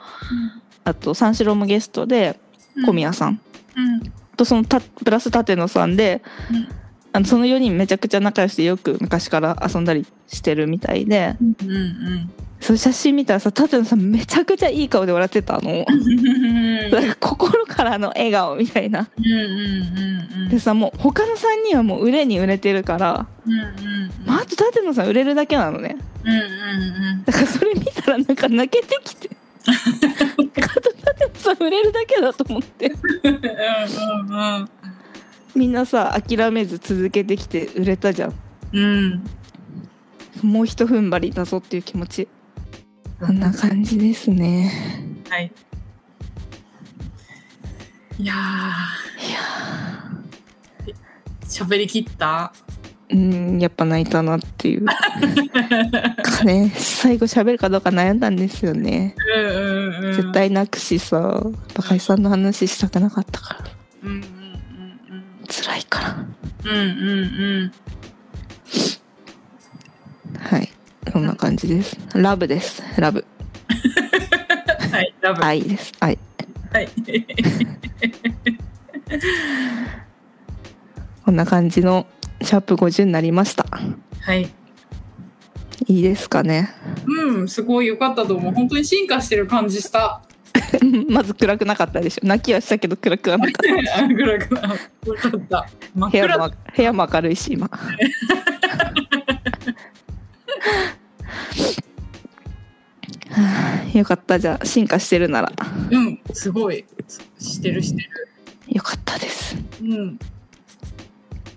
Speaker 1: あと三四郎もゲストで小。宮さん、
Speaker 2: うん
Speaker 1: とそのたプラス舘野さんであのその4人めちゃくちゃ仲良しでよく昔から遊んだりしてるみたいで
Speaker 2: うんうん
Speaker 1: その写真見たらさ舘野さんめちゃくちゃいい顔で笑ってたの
Speaker 2: うん。
Speaker 1: なんか心からの笑顔みたいな
Speaker 2: うんうんうんうん。
Speaker 1: でさもう他の3人はもう売れに売れてるから、
Speaker 2: うんうんうん。
Speaker 1: まあ、あと舘野さん売れるだけなのね
Speaker 2: うんうん
Speaker 1: だからそれ見たらなんか泣けて きてあと舘野さん売れるだけだと思って
Speaker 2: うん。うんうん
Speaker 1: みんなさ諦めず続けてきて売れたじゃん
Speaker 2: うん。うん。
Speaker 1: もう一踏ん張りだぞっていう気持ちこんな感じですね
Speaker 2: はい。いやー
Speaker 1: いや
Speaker 2: 喋りきった。
Speaker 1: うんやっぱ泣いたなっていうかね最後喋るかどうか悩んだんですよね
Speaker 2: うんうんうん。
Speaker 1: 絶。対泣くしさバカイさんの話したくなかったから
Speaker 2: うんうん
Speaker 1: 辛いから
Speaker 2: うんうん。うんうん
Speaker 1: はいこんな感じですラブですラブ
Speaker 2: うん。はい、ラブ。はい。
Speaker 1: 愛です愛こんな感じのシャープ50になりました
Speaker 2: はい。
Speaker 1: いいですかね
Speaker 2: うん、すごい良かったと思う。本当に進化してる感じした。
Speaker 1: まず暗くなかったでしょ泣きはしたけど暗くはなかった
Speaker 2: あぐらぐら。よかった。真っ
Speaker 1: 部屋
Speaker 2: 暗。
Speaker 1: も部屋も明るいし今はあよかったじゃあ進化してるなら
Speaker 2: うん、すごい。してるしてる。
Speaker 1: よかったです
Speaker 2: うん。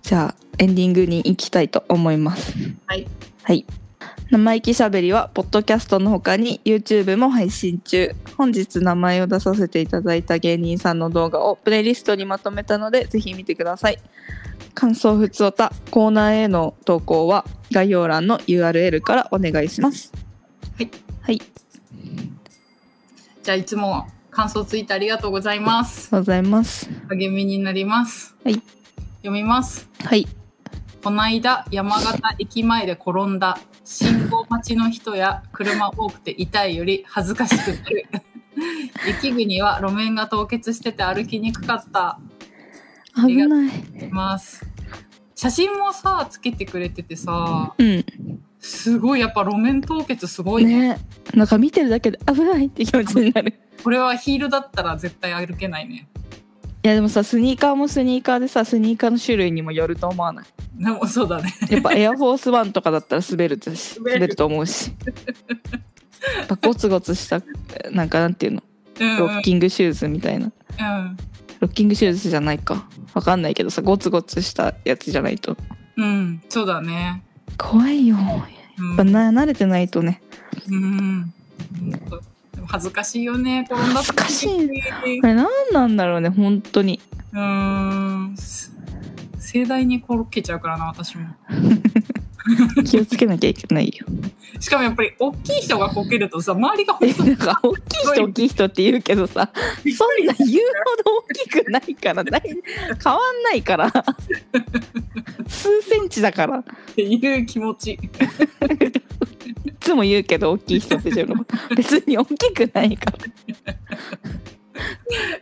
Speaker 1: じゃあエンディングに行きたいと思います
Speaker 2: はい。
Speaker 1: はい生意気しゃべりはポッドキャストの他に YouTube も配信中本日名前を出させていただいた芸人さんの動画をプレイリストにまとめたのでぜひ見てください感想ふつおたコーナーへの投稿は概要欄の URL からお願いします
Speaker 2: はい、
Speaker 1: はい
Speaker 2: じゃあいつも感想ツイートありがとうございます。
Speaker 1: ございます。
Speaker 2: 励みになります。
Speaker 1: はい
Speaker 2: 読みます。
Speaker 1: はい。
Speaker 2: こないだ山形駅前で転んだ。信号待ちの人や車多くて痛いより恥ずかしくなる。雪国は路面が凍結してて歩きにくかった。
Speaker 1: 危
Speaker 2: りが
Speaker 1: ない。
Speaker 2: ます。写真もさつけてくれててさ、
Speaker 1: う
Speaker 2: すごいやっぱ路面凍結すごい
Speaker 1: ん。
Speaker 2: ね。
Speaker 1: ね。なんか見てるだけで危ないって気持ちになる。
Speaker 2: これはヒールだったら絶対歩けないね。
Speaker 1: いやでもさスニーカーもスニーカーでさスニーカーの種類にもよると思わない
Speaker 2: でもそうだね。
Speaker 1: やっぱエアフォースワンとかだったら滑るし
Speaker 2: 滑る
Speaker 1: 滑ると思うしやっぱゴツゴツしたなんかなんていうの
Speaker 2: うん、
Speaker 1: ロ
Speaker 2: うん
Speaker 1: ッ。キングシューズみたいなロッキングシューズじゃないかわかんないけどさゴツゴツしたやつじゃないと
Speaker 2: うん。うん。そうだね。
Speaker 1: 怖いよや
Speaker 2: う
Speaker 1: っぱ
Speaker 2: ん。
Speaker 1: な慣れてないとね
Speaker 2: うん、でも恥ずかしいよね。転んだ時
Speaker 1: 恥ずこれ何なんだろうね本当に
Speaker 2: うん。す盛大に転けちゃうからな、私も。
Speaker 1: 気をつけなきゃいけないよ
Speaker 2: しかもやっぱり大きい人がこけるとさ、周りが
Speaker 1: え
Speaker 2: 本当
Speaker 1: なんか大きい人大きい人って言うけどさ
Speaker 2: びっ
Speaker 1: そ
Speaker 2: く
Speaker 1: ん
Speaker 2: り
Speaker 1: な言うほど大きくないからだい変わんないから数センチだから
Speaker 2: っていう気持ち。
Speaker 1: いつも言うけど大きい人って自分のこと別に大きくないから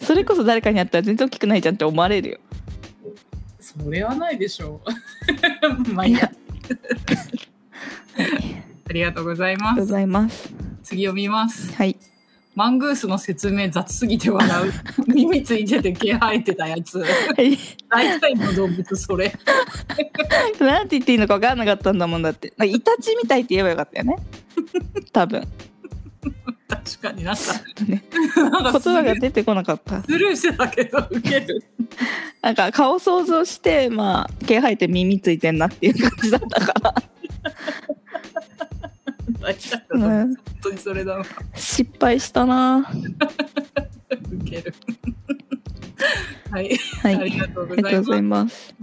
Speaker 1: それこそ誰かに会ったら全然大きくないじゃんって思われるよ
Speaker 2: それはないでしょう。まあいいや。ありがとうござい
Speaker 1: あ
Speaker 2: ま
Speaker 1: りがとう
Speaker 2: す
Speaker 1: ご。ざいます
Speaker 2: 次読みます。
Speaker 1: はい
Speaker 2: マングースの説明雑すぎて笑う。耳ついてて毛生えてたやつ。大体の動物それ。
Speaker 1: なんて言っていいのか分かんなかったんだもんだってなんかイタチみたいって言えばよかったよね多分
Speaker 2: 確かにな
Speaker 1: ちょ
Speaker 2: さ。
Speaker 1: っとね
Speaker 2: なん
Speaker 1: 言
Speaker 2: かスル
Speaker 1: 葉が
Speaker 2: ー
Speaker 1: 出てこなかった
Speaker 2: スルーしてたけどウケる。
Speaker 1: なんか顔想像してまあ毛生えて耳ついてんなっていう感じだったから
Speaker 2: 大体
Speaker 1: う
Speaker 2: の動物
Speaker 1: ん
Speaker 2: 本当にそれだな。
Speaker 1: 失敗したな。
Speaker 2: ウケる。 はい、
Speaker 1: は
Speaker 2: あり
Speaker 1: い。
Speaker 2: がとう
Speaker 1: あ
Speaker 2: ご
Speaker 1: りが
Speaker 2: ざ
Speaker 1: とう
Speaker 2: い
Speaker 1: ござ
Speaker 2: ま
Speaker 1: い
Speaker 2: す。
Speaker 1: ます。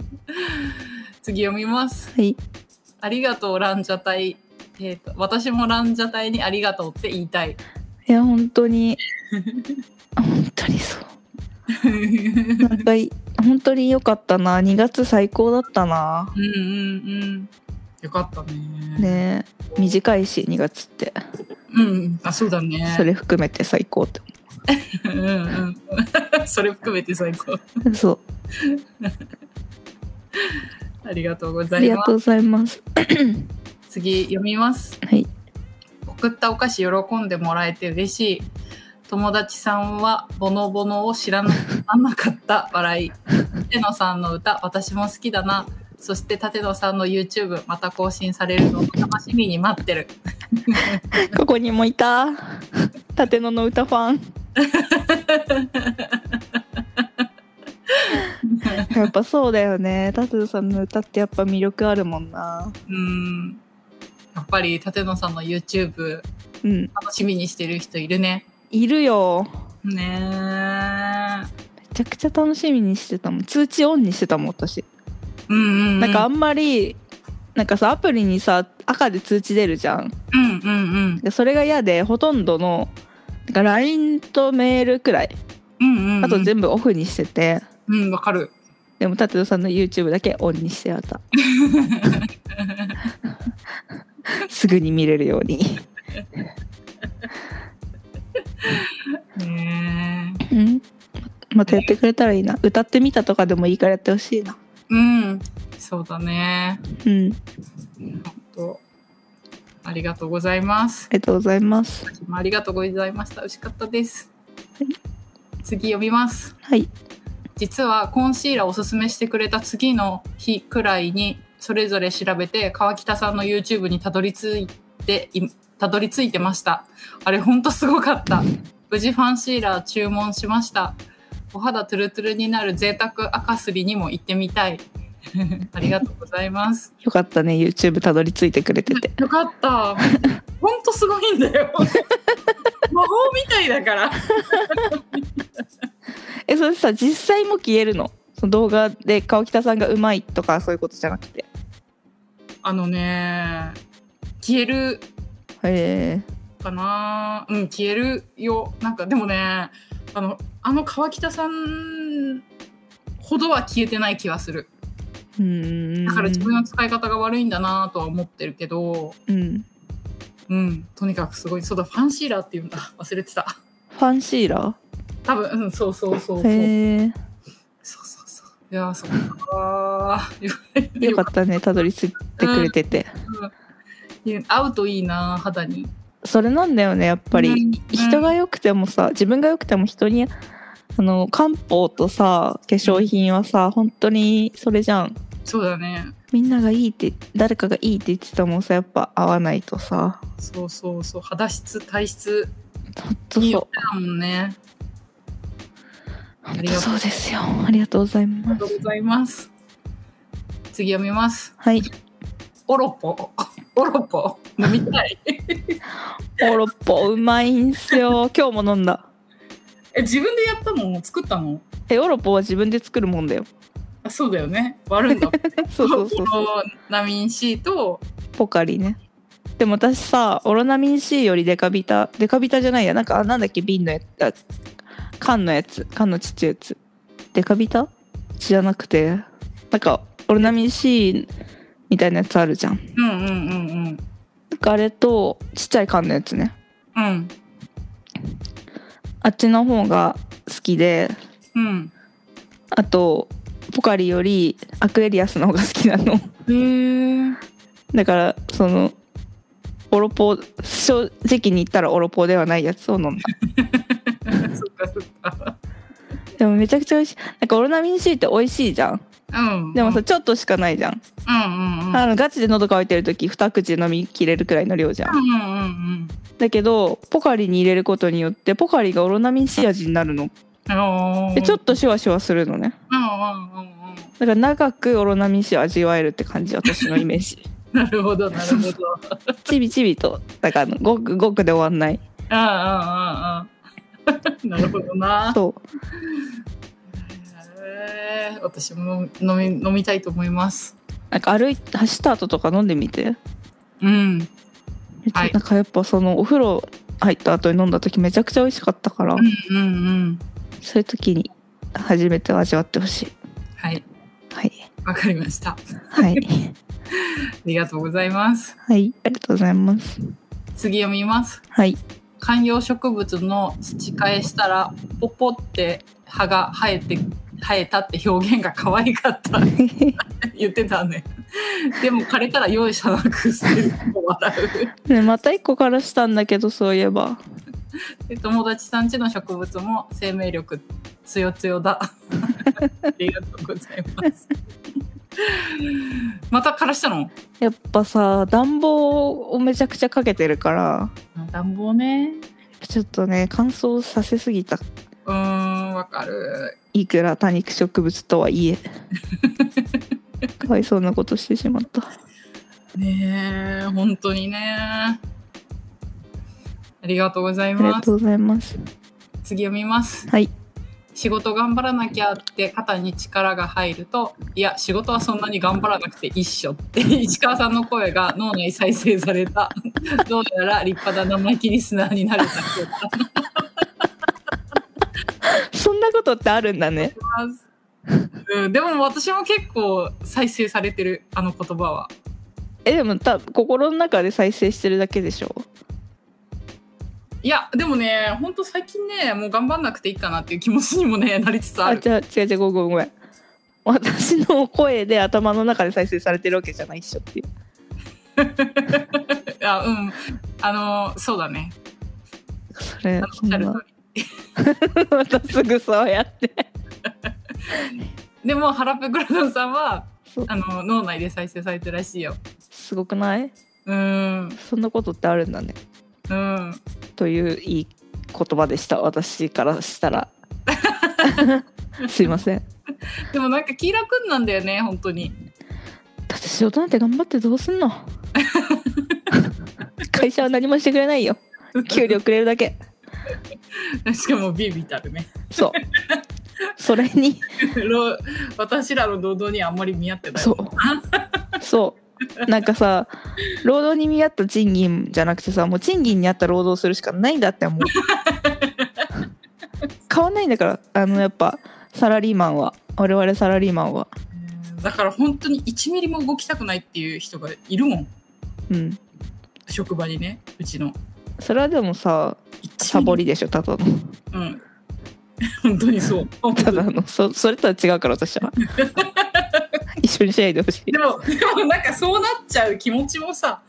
Speaker 2: 次読みます。
Speaker 1: はい。
Speaker 2: ありがとうランジャタイ。えーと私もランジャタイにありがとうって言い たい。
Speaker 1: いや、本当に。本当にそう。
Speaker 2: うん
Speaker 1: なんかい、本当に良かったな。2月最高だったな。
Speaker 2: うんうん。よかったね。
Speaker 1: ねえ短いし、2月って。
Speaker 2: うん、あ、そうだね。
Speaker 1: それ含めて最高って。
Speaker 2: うんうん。それ含めて最高。
Speaker 1: そう。
Speaker 2: ありがとうご
Speaker 1: あ
Speaker 2: ざ
Speaker 1: り
Speaker 2: い
Speaker 1: が
Speaker 2: ま
Speaker 1: とうございます。
Speaker 2: す。次読みます。
Speaker 1: はい。
Speaker 2: 送ったお菓子喜んでもらえて嬉しい。友達さんはボノボノを知らな あんなかった笑い。舘野さんの歌、私も好きだな。そして舘野さんの YouTube また更新されるのを楽しみに待ってる。
Speaker 1: ここにもいた。立野の歌フ ァン。やっぱそうだよね。立野さんの歌ってやっぱ魅力あるもんな。
Speaker 2: うん。やっぱり舘野さんの YouTube
Speaker 1: うん。
Speaker 2: 楽しみにしてる人いるね。
Speaker 1: いるよ。
Speaker 2: ねえ。
Speaker 1: めちゃくちゃ楽しみにしてたもん。通知オンにしてたもん、私。
Speaker 2: うんうん、うん。
Speaker 1: なんかあんまりなんかさアプリにさ赤で通知出るじゃん
Speaker 2: うんうん
Speaker 1: でそれが嫌でほとんどのなんか LINE とメールくらい
Speaker 2: うん。うんうん。
Speaker 1: あと全部オフにしてて、
Speaker 2: 部。うん、わかる。
Speaker 1: でも舘野さんの YouTube だけオンにしてあった すぐに見れるように
Speaker 2: ね
Speaker 1: う
Speaker 2: え。
Speaker 1: んまたやってくれたらいいな歌ってみたとかでもいいからやってほしいな
Speaker 2: うん。そうだね。
Speaker 1: うんあ
Speaker 2: と。ありがとうございます。
Speaker 1: りがとうございます
Speaker 2: ありがとうございました。美味しかったです。
Speaker 1: はい
Speaker 2: 次読みます。
Speaker 1: はい
Speaker 2: 実はコンシーラーおすすめしてくれた次の日くらいにそれぞれ調べて川北さんの YouTube にたどり着いていたどり着いてましたあれほんとすごかった無事ファンシーラー注文しましたお肌トゥルトゥルになる贅沢赤すりにも行ってみたい ありがとうございます
Speaker 1: よかったね YouTube たどり着いてくれてて
Speaker 2: よかったほんとすごいんだ よ魔法みたいだから
Speaker 1: えそれさ実際も消えるのその動画で川北さんがうまいとかそういうことじゃなくて
Speaker 2: あのね消える
Speaker 1: へえ
Speaker 2: かなうん消えるよなんかでもねあのあの川北さんほどは消えてない気はする
Speaker 1: うん
Speaker 2: だから自分の使い方が悪いんだなとは思ってるけど
Speaker 1: うん
Speaker 2: うんとにかくすごいそうだファンシーラーっていうんだ忘れてた
Speaker 1: ファンシーラ
Speaker 2: 多分うんそうそうそうそう
Speaker 1: ーへ
Speaker 2: そうそうそういやーそっか
Speaker 1: え
Speaker 2: ー
Speaker 1: よかったねたどり着いてくれてて、
Speaker 2: うん合うといいな肌にやっ
Speaker 1: それなんだよねやっぱり、人が良くてもさ自分が良くても人にあの漢方とさ化粧品はさ本当にそれじゃん
Speaker 2: そうだね
Speaker 1: みんながいいって誰かがいいって言ってたもんさやっぱ合わないとさ
Speaker 2: そうそうそう肌質体質
Speaker 1: 本当
Speaker 2: いい
Speaker 1: そ
Speaker 2: よだもんね
Speaker 1: う本当そうですよありがとうござい
Speaker 2: あり
Speaker 1: ま
Speaker 2: がと
Speaker 1: す
Speaker 2: うございます次読みます
Speaker 1: はい
Speaker 2: オロポオロポ飲み たい
Speaker 1: オロポうまいんすよ今日も飲んだ
Speaker 2: え自分でやったの作ったの
Speaker 1: えオロポは自分で作るもんだよ
Speaker 2: あそうだよね割るんだ
Speaker 1: そうそうそうそう
Speaker 2: オロナミン C と
Speaker 1: ポカリねでも私さオロナミン C よりデカビタデカビタじゃないやなんかあなんだっけ瓶のやつあ缶のやつ缶のちっちゃいやつデカビタじゃなくてなんかオロナミン C みたいなやつあるじゃん
Speaker 2: うんうんうん
Speaker 1: なんかあれとちっちゃい缶のやつね
Speaker 2: うんうん
Speaker 1: あっちの方が好きで
Speaker 2: うん
Speaker 1: あとポカリよりアクエリアスの方が好きなの
Speaker 2: へえ
Speaker 1: だからそのオロポ正直に言ったらオロポではないやつを飲んだ
Speaker 2: そっかそっか
Speaker 1: でもめちゃくちゃ美味しいなんかオロナミン C って美味しいじゃん
Speaker 2: うん
Speaker 1: でもさちょっとしかないじゃん、
Speaker 2: うんうんうん
Speaker 1: あのガチで喉乾いてる時二口で飲みきれるくらいの量じゃ
Speaker 2: うんんうんうん
Speaker 1: だけどポカリに入れることによってポカリがオロナミン C 味になるの
Speaker 2: うん
Speaker 1: でちょっとシュワシュワするのね
Speaker 2: うんうんうんうん
Speaker 1: だから長くオロナミン C を味わえるって感じ私のイメージ
Speaker 2: なるほどなるほど
Speaker 1: ちびちびとだからあのごくごくで終わんない
Speaker 2: ああ ああああなるほどな。
Speaker 1: そう
Speaker 2: へえ私も飲み飲みたいと思います。
Speaker 1: なんか歩い走った後とか飲んでみて
Speaker 2: うん。
Speaker 1: めっちゃ
Speaker 2: はい
Speaker 1: なんかやっぱそのお風呂入った後に飲んだ時めちゃくちゃ美味しかったから、
Speaker 2: うんうんうん。
Speaker 1: そういう時に初めて味わってほしい
Speaker 2: はい。
Speaker 1: はい
Speaker 2: わかりました。あ
Speaker 1: はい
Speaker 2: りがとうございます。
Speaker 1: はい ありがとうございます
Speaker 2: 次読みます。
Speaker 1: はい
Speaker 2: 観葉植物の土替えしたらポポって葉が生えて生えたって表現が可愛かった言ってたね。でも枯れたら容赦なく捨てる笑 う。
Speaker 1: ねまた一個からしたんだけどそういえば
Speaker 2: で友達さんちの植物も生命力つよつ よだ。ありがとうございます。また枯らしたの
Speaker 1: やっぱさ暖房をめちゃくちゃかけてるから
Speaker 2: 暖房ね。
Speaker 1: ちょっとね乾燥させすぎた
Speaker 2: うーん、わかる。
Speaker 1: いくら多肉植物とはい えかわいそうなことしてしまった
Speaker 2: ねえ、本当にね。ありがとうござい
Speaker 1: ありが
Speaker 2: ま
Speaker 1: と
Speaker 2: す。
Speaker 1: うございます
Speaker 2: 次読みます。
Speaker 1: はい
Speaker 2: 仕事頑張らなきゃって肩に力が入ると、いや、仕事はそんなに頑張らなくて一緒って、 石川さんの声が脳内再生された。 どうやら立派な生意気リスナーになれた気がし
Speaker 1: そんなことってあるんだね
Speaker 2: ます。うん、でも私も結構再生されてる、あの言葉は。
Speaker 1: えでもた心の中で再生してるだけでしょ
Speaker 2: いや、でもね、ほんと最近ね、もう頑張んなくていいかなっていう気持ちにもね、なりつつ
Speaker 1: あ
Speaker 2: ある。
Speaker 1: じゃあ違う違うごめんごめん私の声で頭の中で再生されてるわけじゃないっしょっていう
Speaker 2: あうん。あの、そうだね。
Speaker 1: それ
Speaker 2: あのお
Speaker 1: そん
Speaker 2: っし
Speaker 1: な
Speaker 2: ゃる通
Speaker 1: またすぐそうやって
Speaker 2: りでも、ハラペグラドンさんは
Speaker 1: そう、
Speaker 2: あの、脳内で再生されてるらしいよ。
Speaker 1: すごくない
Speaker 2: うん。
Speaker 1: そんなことってあるんだね
Speaker 2: うん、
Speaker 1: といういい言葉でした私からした らすいません
Speaker 2: でもなんか気楽なんだよね本当に
Speaker 1: だって仕事なんて頑張ってどうすん の会社は何もしてくれないよ給料くれるだけ
Speaker 2: しかもビビたるね
Speaker 1: そうそれに
Speaker 2: ろ私らの堂々にはあんまり見合ってない
Speaker 1: そうそうなんかさ労働に見合った賃金じゃなくてさもう賃金に合った労働するしかないんだ って思う変わんないんだからあのやっぱサラリーマンは我々サラリーマンは
Speaker 2: だから本当に1ミリも動きたくないっていう人がいるもん
Speaker 1: うん
Speaker 2: 職場にねうちの
Speaker 1: それはでもさサボりでしょただの
Speaker 2: 1ミリうん本当にそう本当
Speaker 1: た
Speaker 2: に
Speaker 1: だのそそれとは違うから私 は一緒にしないでほしい
Speaker 2: でもでもなんかそうなっちゃう気持ちもさ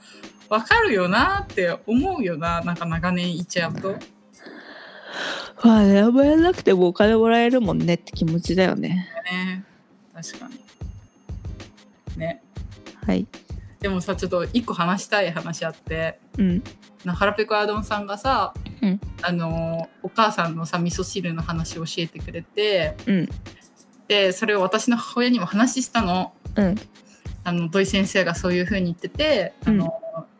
Speaker 2: わかるよなって思うよななんか長年いちゃうと
Speaker 1: まあやめなくてもお金もらえるもんねって気持ちだよね
Speaker 2: ね確かにね
Speaker 1: はい
Speaker 2: でもさちょっと一個話したい話あって
Speaker 1: うん
Speaker 2: なハラペコアドンさんがさ、
Speaker 1: うん
Speaker 2: あのお母さんのさ味噌汁の話を教えてくれて
Speaker 1: うん
Speaker 2: でそれを私の母親にも話したの
Speaker 1: うん
Speaker 2: あの土井先生がそういう風に言ってて、あの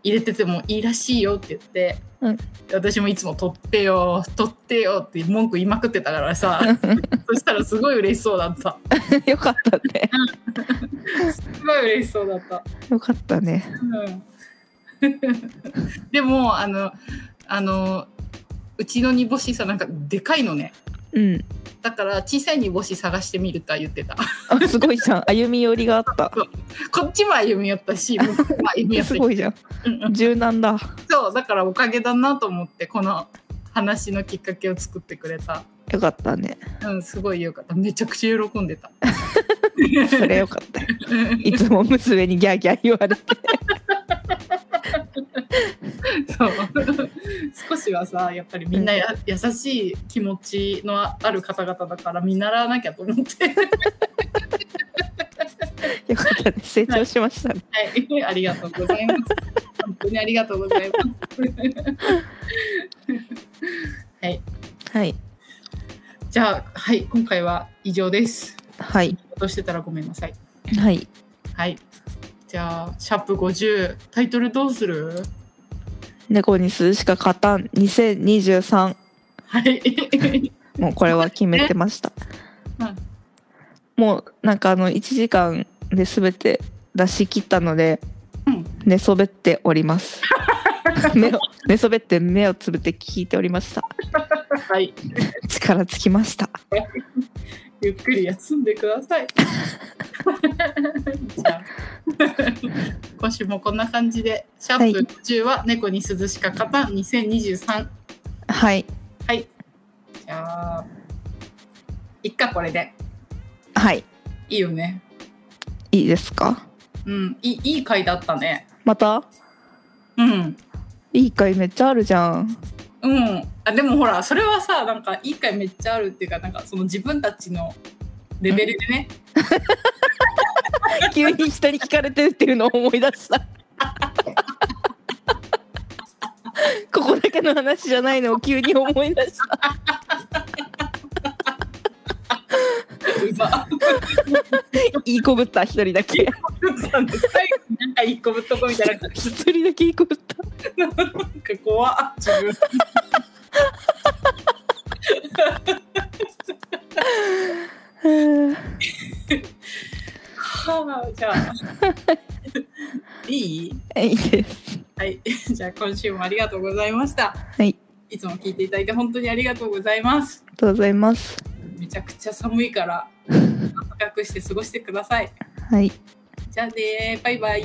Speaker 2: 入れててもいいらしいよって言って、
Speaker 1: うん
Speaker 2: で私もいつも「取ってよ取ってよ」って文句言いまくってたからさそしたらすごい嬉しそうだった
Speaker 1: よかったね
Speaker 2: すごい嬉しそうだった。
Speaker 1: よかったね
Speaker 2: うん でもあのあのうちの煮干しさなんかでかいのね
Speaker 1: うん
Speaker 2: だから小さい煮干し探してみるとは言ってた
Speaker 1: あすごいじゃん歩み寄りがあった
Speaker 2: こっちも歩み寄った し向こうも歩み寄っ
Speaker 1: す
Speaker 2: たし
Speaker 1: ごいじゃ
Speaker 2: うんうん
Speaker 1: ん柔軟だ
Speaker 2: そうだからおかげだなと思ってこの話のきっかけを作ってくれた
Speaker 1: よかったね
Speaker 2: うんすごいよかっためちゃくちゃ喜んでた
Speaker 1: それよか ったよいつも娘にギャーギャー言われて
Speaker 2: そう 少しはさやっぱりみんなや、優しい気持ちのある方々だから見習わなきゃと思って
Speaker 1: よかったね成長しましたね
Speaker 2: はい ありがとうございます本当にありがとうございますはい
Speaker 1: はい
Speaker 2: じゃあはい今回は以上です
Speaker 1: はい
Speaker 2: 落としてたらごめんなさい
Speaker 1: はい
Speaker 2: はいじゃあシャープ50タイトルどうする
Speaker 1: 猫に涼しか勝たん2023
Speaker 2: はい
Speaker 1: もうこれは決めてました
Speaker 2: うん
Speaker 1: もうなんかあの1時間で全て出し切ったので
Speaker 2: うん
Speaker 1: 寝そべっております 目を 寝そべって目をつぶって聞いておりました
Speaker 2: はい
Speaker 1: 力つきました
Speaker 2: ゆっくり休んでください。 じゃあ 今週もこんな感じで、シャープ50は猫に涼しか勝たん2023。はい、
Speaker 1: はい
Speaker 2: じゃあ、いっか、これで。
Speaker 1: はい
Speaker 2: いいよね。
Speaker 1: いいですか
Speaker 2: うん、いいいい回だったね。
Speaker 1: また
Speaker 2: うん。
Speaker 1: いい回めっちゃあるじゃ ん
Speaker 2: うん、あでもほらそれはさなんかいい回めっちゃあるっていうかなんかその自分たちのレベルでね
Speaker 1: 急に人に聞かれてるっていうのを思い出 したここだけの話じゃないのを急に思い出した
Speaker 2: うざ
Speaker 1: いいこぶった一人だけ
Speaker 2: なんか最後になんかいいこぶっとこみたいな感じ
Speaker 1: 一人だけいいこぶ った
Speaker 2: なんか怖っ自分
Speaker 1: うん
Speaker 2: はあ、じゃあ。いい
Speaker 1: いいです
Speaker 2: はい。 じゃあ、今週もありがとうございました。
Speaker 1: はい。
Speaker 2: いつも聞いていただいて本当にありがとうございます
Speaker 1: あ。りがとうございます
Speaker 2: めちゃくちゃ寒い から、暖かくして過ごしてください。
Speaker 1: はい
Speaker 2: じゃあねバイバイ。